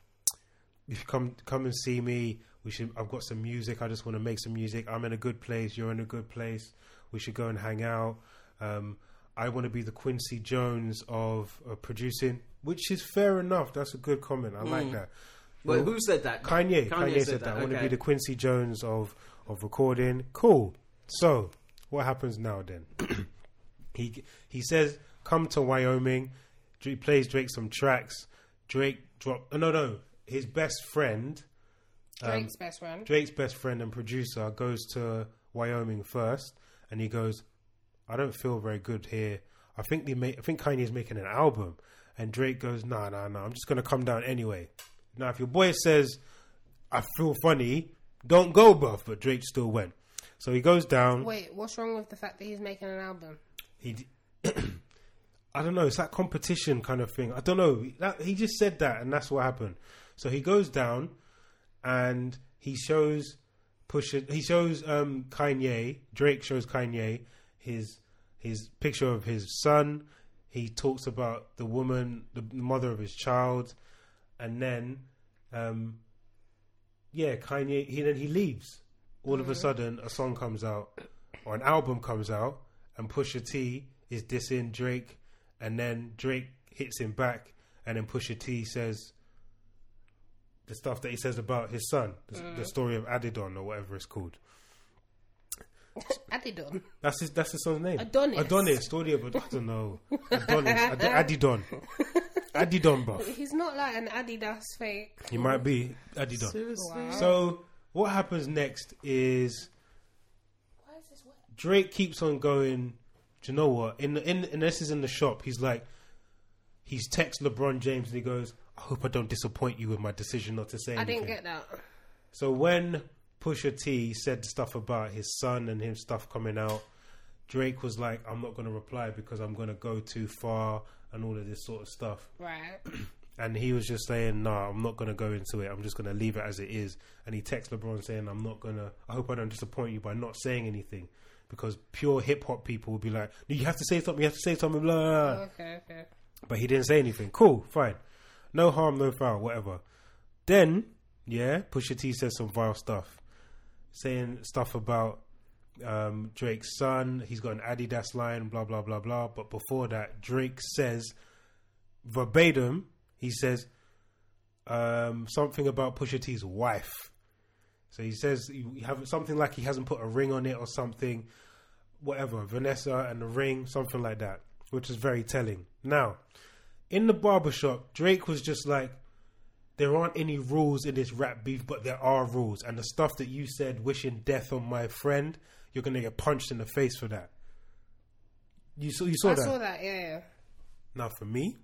Speaker 2: you should come come and see me. We should. I've got some music. I just want to make some music. I'm in a good place. You're in a good place. We should go and hang out. Um, I want to be the Quincy Jones of uh, producing, which is fair enough. That's a good comment. I like that.
Speaker 4: Well, who said that?
Speaker 2: Kanye, Kanye, said, that. I want to be the Quincy Jones of of recording. Cool. So, what happens now then? he he says, "Come to Wyoming." He plays Drake some tracks. Drake drop. Oh, no, no. His best friend,
Speaker 3: Drake's best friend.
Speaker 2: Drake's best friend and producer, goes to Wyoming first, and he goes, "I don't feel very good here. I think they make. I think Kanye's making an album." And Drake goes, "Nah, nah, nah. I'm just gonna come down anyway." Now, if your boy says, "I feel funny," don't go, bruv. But Drake still went. So he goes down.
Speaker 3: Wait, what's wrong with the fact that he's making an album?
Speaker 2: He. D- I don't know. It's that competition kind of thing. I don't know. That, he just said that, and that's what happened. So he goes down, and he shows Pusha. He shows um, Kanye. Drake shows Kanye his his picture of his son. He talks about the woman, the mother of his child, and then, um, yeah, Kanye. He then he leaves. All of a sudden, a song comes out or an album comes out, and Pusha T is dissing Drake, and then Drake hits him back, and then Pusha T says, the stuff that he says about his son, the, the story of Adidon or whatever it's called.
Speaker 3: Adidon.
Speaker 2: That's his. That's his son's name.
Speaker 3: Adonis.
Speaker 2: Adonis. Story of Adonis. I don't know. Adonis. Ad- Adidon. Adidon, buff.
Speaker 3: He's not like an Adidas fake.
Speaker 2: He might be Adidon.
Speaker 4: Seriously?
Speaker 2: So what happens next is
Speaker 3: Why is this wet?
Speaker 2: Drake keeps on going. Do you know what? In the, in and this is in the shop. He's like, he's text LeBron James and he goes, "I hope I don't disappoint you with my decision not to say
Speaker 3: I
Speaker 2: anything."
Speaker 3: didn't get that.
Speaker 2: So when Pusha T said stuff about his son and him stuff coming out, Drake was like, "I'm not going to reply because I'm going to go too far and all of this sort of stuff."
Speaker 3: Right.
Speaker 2: And he was just saying, "Nah, I'm not going to go into it. I'm just going to leave it as it is." And he texts LeBron saying, "I'm not going to. I hope I don't disappoint you by not saying anything." Because pure hip hop people would be like, "No, you have to say something. You have to say something." Blah, blah, blah.
Speaker 3: Okay, okay.
Speaker 2: But he didn't say anything. Cool, fine. No harm, no foul, whatever. Then, yeah, Pusha T says some vile stuff, saying stuff about um, Drake's son. He's got an Adidas line, blah blah blah blah. But before that, Drake says verbatim. He says um, something about Pusha T's wife. So he says you have something like he hasn't put a ring on it or something, whatever. Vanessa and the ring, something like that, which is very telling. Now, in the barbershop, Drake was just like, there aren't any rules in this rap beef, but there are rules. And the stuff that you said, wishing death on my friend, you're going to get punched in the face for that. You saw, you saw
Speaker 3: I
Speaker 2: that?
Speaker 3: saw that, yeah, yeah.
Speaker 2: Now, for me,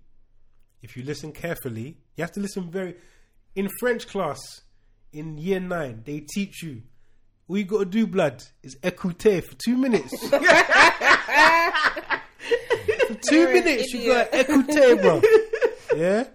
Speaker 2: if you listen carefully, you have to listen very. In French class, in year nine, they teach you all you got to do, blood, is écouter for two minutes. for two
Speaker 3: an
Speaker 2: minutes, you got to écouter, bro. Yeah.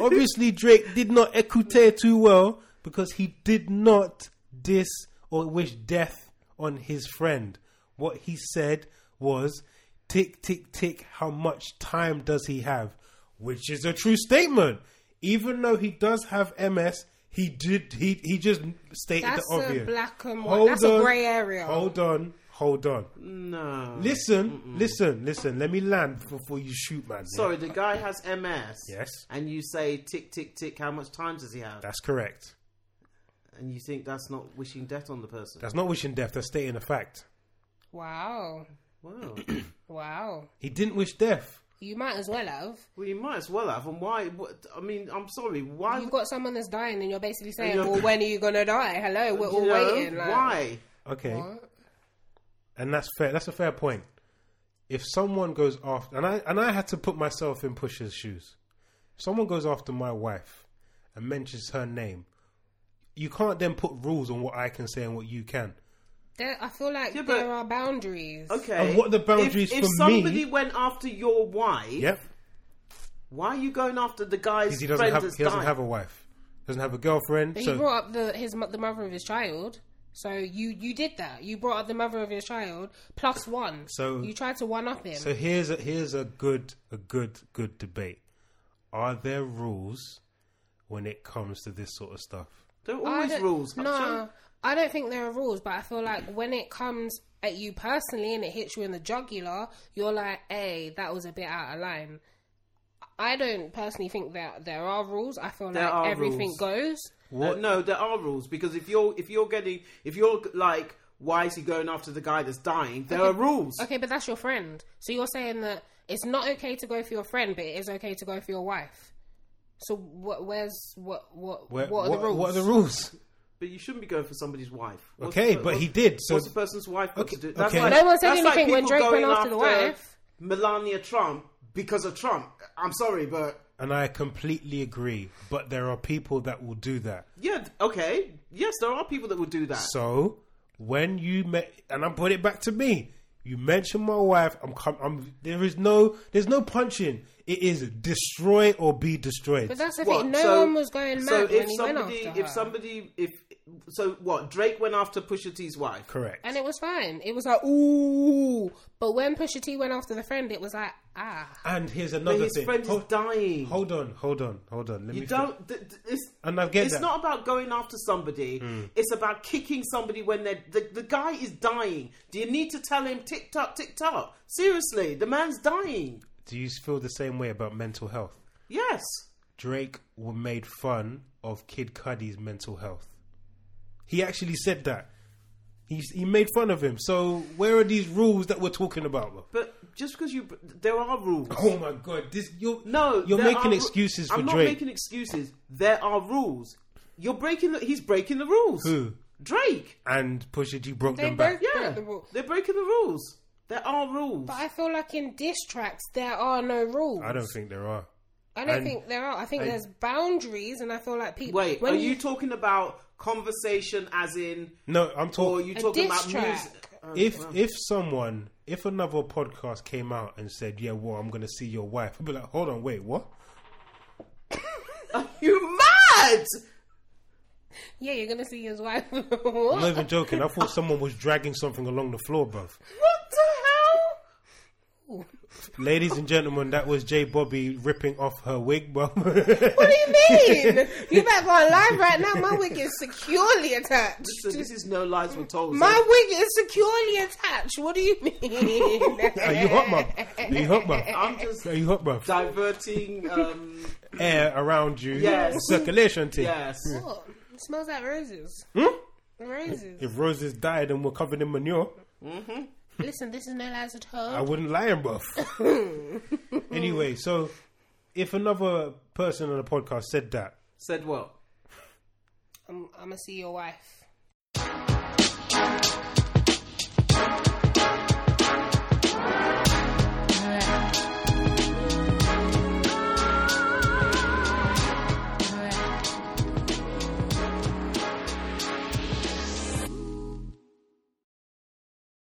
Speaker 2: Obviously, Drake did not écouter too well because he did not diss or wish death on his friend. What he said was, "Tick, tick, tick. How much time does he have?" Which is a true statement. Even though he does have MS, he did he he just stated
Speaker 3: That's
Speaker 2: the obvious.
Speaker 3: a black and white. That's a grey area.
Speaker 2: Hold on. Hold on.
Speaker 4: No.
Speaker 2: Listen, listen, listen. Let me land before you shoot, man. yeah?
Speaker 4: Sorry, the guy has MS.
Speaker 2: Yes.
Speaker 4: And you say tick, tick, tick, how much time does he have?
Speaker 2: That's correct.
Speaker 4: and you think that's not wishing death on the person.
Speaker 2: That's not wishing death. That's stating a fact.
Speaker 3: Wow.
Speaker 4: Wow.
Speaker 3: Wow.
Speaker 2: He didn't wish death.
Speaker 3: You might as well have.
Speaker 4: well, you might as well have. And why? What, I mean, I'm sorry. Why?
Speaker 3: You've got someone that's dying, and you're basically saying,
Speaker 4: you're-
Speaker 3: "Well, when are you gonna die? Hello, we're
Speaker 4: you
Speaker 3: all
Speaker 4: know,
Speaker 3: waiting." Like,
Speaker 4: Why?
Speaker 2: Okay.
Speaker 3: What?
Speaker 2: And that's fair. That's a fair point. If someone goes after, and I and I had to put myself in Pusher's shoes. If someone goes after my wife and mentions her name, you can't then put rules on what I can say and what you can.
Speaker 3: There, I feel like
Speaker 4: Yeah, but-
Speaker 3: there are boundaries.
Speaker 4: Okay.
Speaker 2: And what the boundaries
Speaker 4: if, if
Speaker 2: for me-
Speaker 4: somebody went after your wife,
Speaker 2: Yep.
Speaker 4: why are you going after the guy's
Speaker 2: Because he doesn't
Speaker 4: friend
Speaker 2: have
Speaker 4: that's
Speaker 2: he doesn't
Speaker 4: dying?
Speaker 2: have a wife. Doesn't have a girlfriend.
Speaker 3: But
Speaker 2: so
Speaker 3: he brought up the his mo- the mother of his child. So you you did that. You brought up the mother of his child plus one.
Speaker 2: So-
Speaker 3: you tried to one up him.
Speaker 2: So here's a, here's a good a good good debate. Are there rules when it comes to this sort of stuff?
Speaker 4: there are
Speaker 3: I
Speaker 4: always
Speaker 3: don't-
Speaker 4: rules.
Speaker 3: No, I don't think there are rules, but I feel like when it comes at you personally and it hits you in the jugular, you're like, "Hey, that was a bit out of line." I don't personally think that there are rules. I feel
Speaker 4: There
Speaker 3: like
Speaker 4: are
Speaker 3: everything
Speaker 4: rules.
Speaker 3: goes.
Speaker 4: What? Uh, no, there are rules because if you're if you're getting if you're like why is he going after the guy that's dying? There are rules.
Speaker 3: Okay, but that's your friend. So you're saying that it's not okay to go for your friend, but it is okay to go for your wife. So what? Where's what? What?
Speaker 2: Where-
Speaker 3: what are the rules?
Speaker 2: What are the rules?
Speaker 4: But you shouldn't be going for somebody's wife. What's
Speaker 2: Okay,
Speaker 4: the-
Speaker 2: but he
Speaker 4: what's-
Speaker 2: did. So
Speaker 4: What's the person's wife got
Speaker 2: Okay,
Speaker 4: to do?
Speaker 2: okay.
Speaker 3: No one said
Speaker 4: that's like
Speaker 3: anything when
Speaker 4: people
Speaker 3: Drake went
Speaker 4: going
Speaker 3: after the wife.
Speaker 4: Melania Trump because of Trump. I'm sorry, but
Speaker 2: and I completely agree. But there are people that will do that.
Speaker 4: yeah, okay, yes, there are people that would do that.
Speaker 2: So when you met, and I put it back to me. You mentioned my wife. I'm. Com- I'm. There is no. There's no punching. It is destroy or be destroyed.
Speaker 3: But that's the
Speaker 4: What,
Speaker 3: thing. No
Speaker 4: so-
Speaker 3: one was going mad
Speaker 4: so
Speaker 3: when
Speaker 4: if
Speaker 3: he
Speaker 4: somebody,
Speaker 3: went after
Speaker 4: if
Speaker 3: her.
Speaker 4: somebody, if so, what Drake went after Pusha T's wife.
Speaker 2: Correct.
Speaker 3: and it was fine. It was like ooh, but when Pusha T went after the friend, it was like ah.
Speaker 2: And here's
Speaker 4: But
Speaker 2: another
Speaker 4: his
Speaker 2: thing.
Speaker 4: friend is
Speaker 2: hold,
Speaker 4: dying.
Speaker 2: hold on. Hold on. Hold on. Let
Speaker 4: you
Speaker 2: me.
Speaker 4: don't. Th- th- it's,
Speaker 2: And I get
Speaker 4: it's
Speaker 2: that. Hmm.
Speaker 4: not about going after somebody. It's about kicking somebody when they're the, the guy is dying. Do you need to tell him tick tock tick tock? Seriously, the man's dying.
Speaker 2: Do you feel the same way about mental health?
Speaker 4: Yes.
Speaker 2: Drake w- made fun of Kid Cudi's mental health. He actually said that. He he made fun of him. So where are these rules that we're talking about? bro?
Speaker 4: But just because you, there are rules.
Speaker 2: Oh my god, this you
Speaker 4: No,
Speaker 2: you're
Speaker 4: there
Speaker 2: making
Speaker 4: are ru-
Speaker 2: excuses for
Speaker 4: I'm not
Speaker 2: Drake.
Speaker 4: making excuses. There are rules. You're breaking. The, he's breaking the rules.
Speaker 2: Who?
Speaker 4: Drake.
Speaker 2: and Pusha T broke
Speaker 3: They
Speaker 2: them back.
Speaker 3: broke-
Speaker 4: Yeah,
Speaker 3: Break the rule.
Speaker 4: they're breaking the rules. There are rules.
Speaker 3: But I feel like in diss tracks there are no rules.
Speaker 2: I don't think there are.
Speaker 3: I don't
Speaker 2: and-
Speaker 3: think there are. I think there's boundaries, and I feel like people.
Speaker 4: Wait, are you, talking about conversation as in,
Speaker 2: No, I'm
Speaker 4: or are
Speaker 2: talking.
Speaker 4: Oh, you talking
Speaker 3: diss
Speaker 4: about
Speaker 3: track.
Speaker 4: music? Oh,
Speaker 2: If
Speaker 4: wow.
Speaker 2: if someone if another podcast came out and said, "Yeah, well, I'm gonna see your wife," I'd be like, "Hold on, wait, what?"
Speaker 4: Are you mad?
Speaker 3: Yeah, you're gonna see his wife. what?
Speaker 2: I'm not even joking. I thought someone was dragging something along the floor, bruv.
Speaker 4: What the
Speaker 2: Ladies and gentlemen, that was J. Bobby ripping off her wig, bruv.
Speaker 3: What do you mean? you better go on live right now. My wig is securely attached.
Speaker 4: hell? So this is no lies were told. so-
Speaker 3: My wig is securely attached. What do you mean?
Speaker 2: Are you hot, bruv? Are you hot, bruv?
Speaker 4: I'm just
Speaker 2: Are you hot, bruv?
Speaker 4: diverting. Um,
Speaker 2: Air around you,
Speaker 4: Yes.
Speaker 2: circulation thing.
Speaker 4: yes.
Speaker 3: Oh, it smells like roses. Roses.
Speaker 2: Hmm? If roses died and were covered in manure,
Speaker 3: Listen, this is no lies at
Speaker 2: I
Speaker 3: all.
Speaker 2: wouldn't lie, bruv. anyway, so if another person on the podcast said that,
Speaker 4: Said what?
Speaker 3: I'm, I'm gonna see your wife.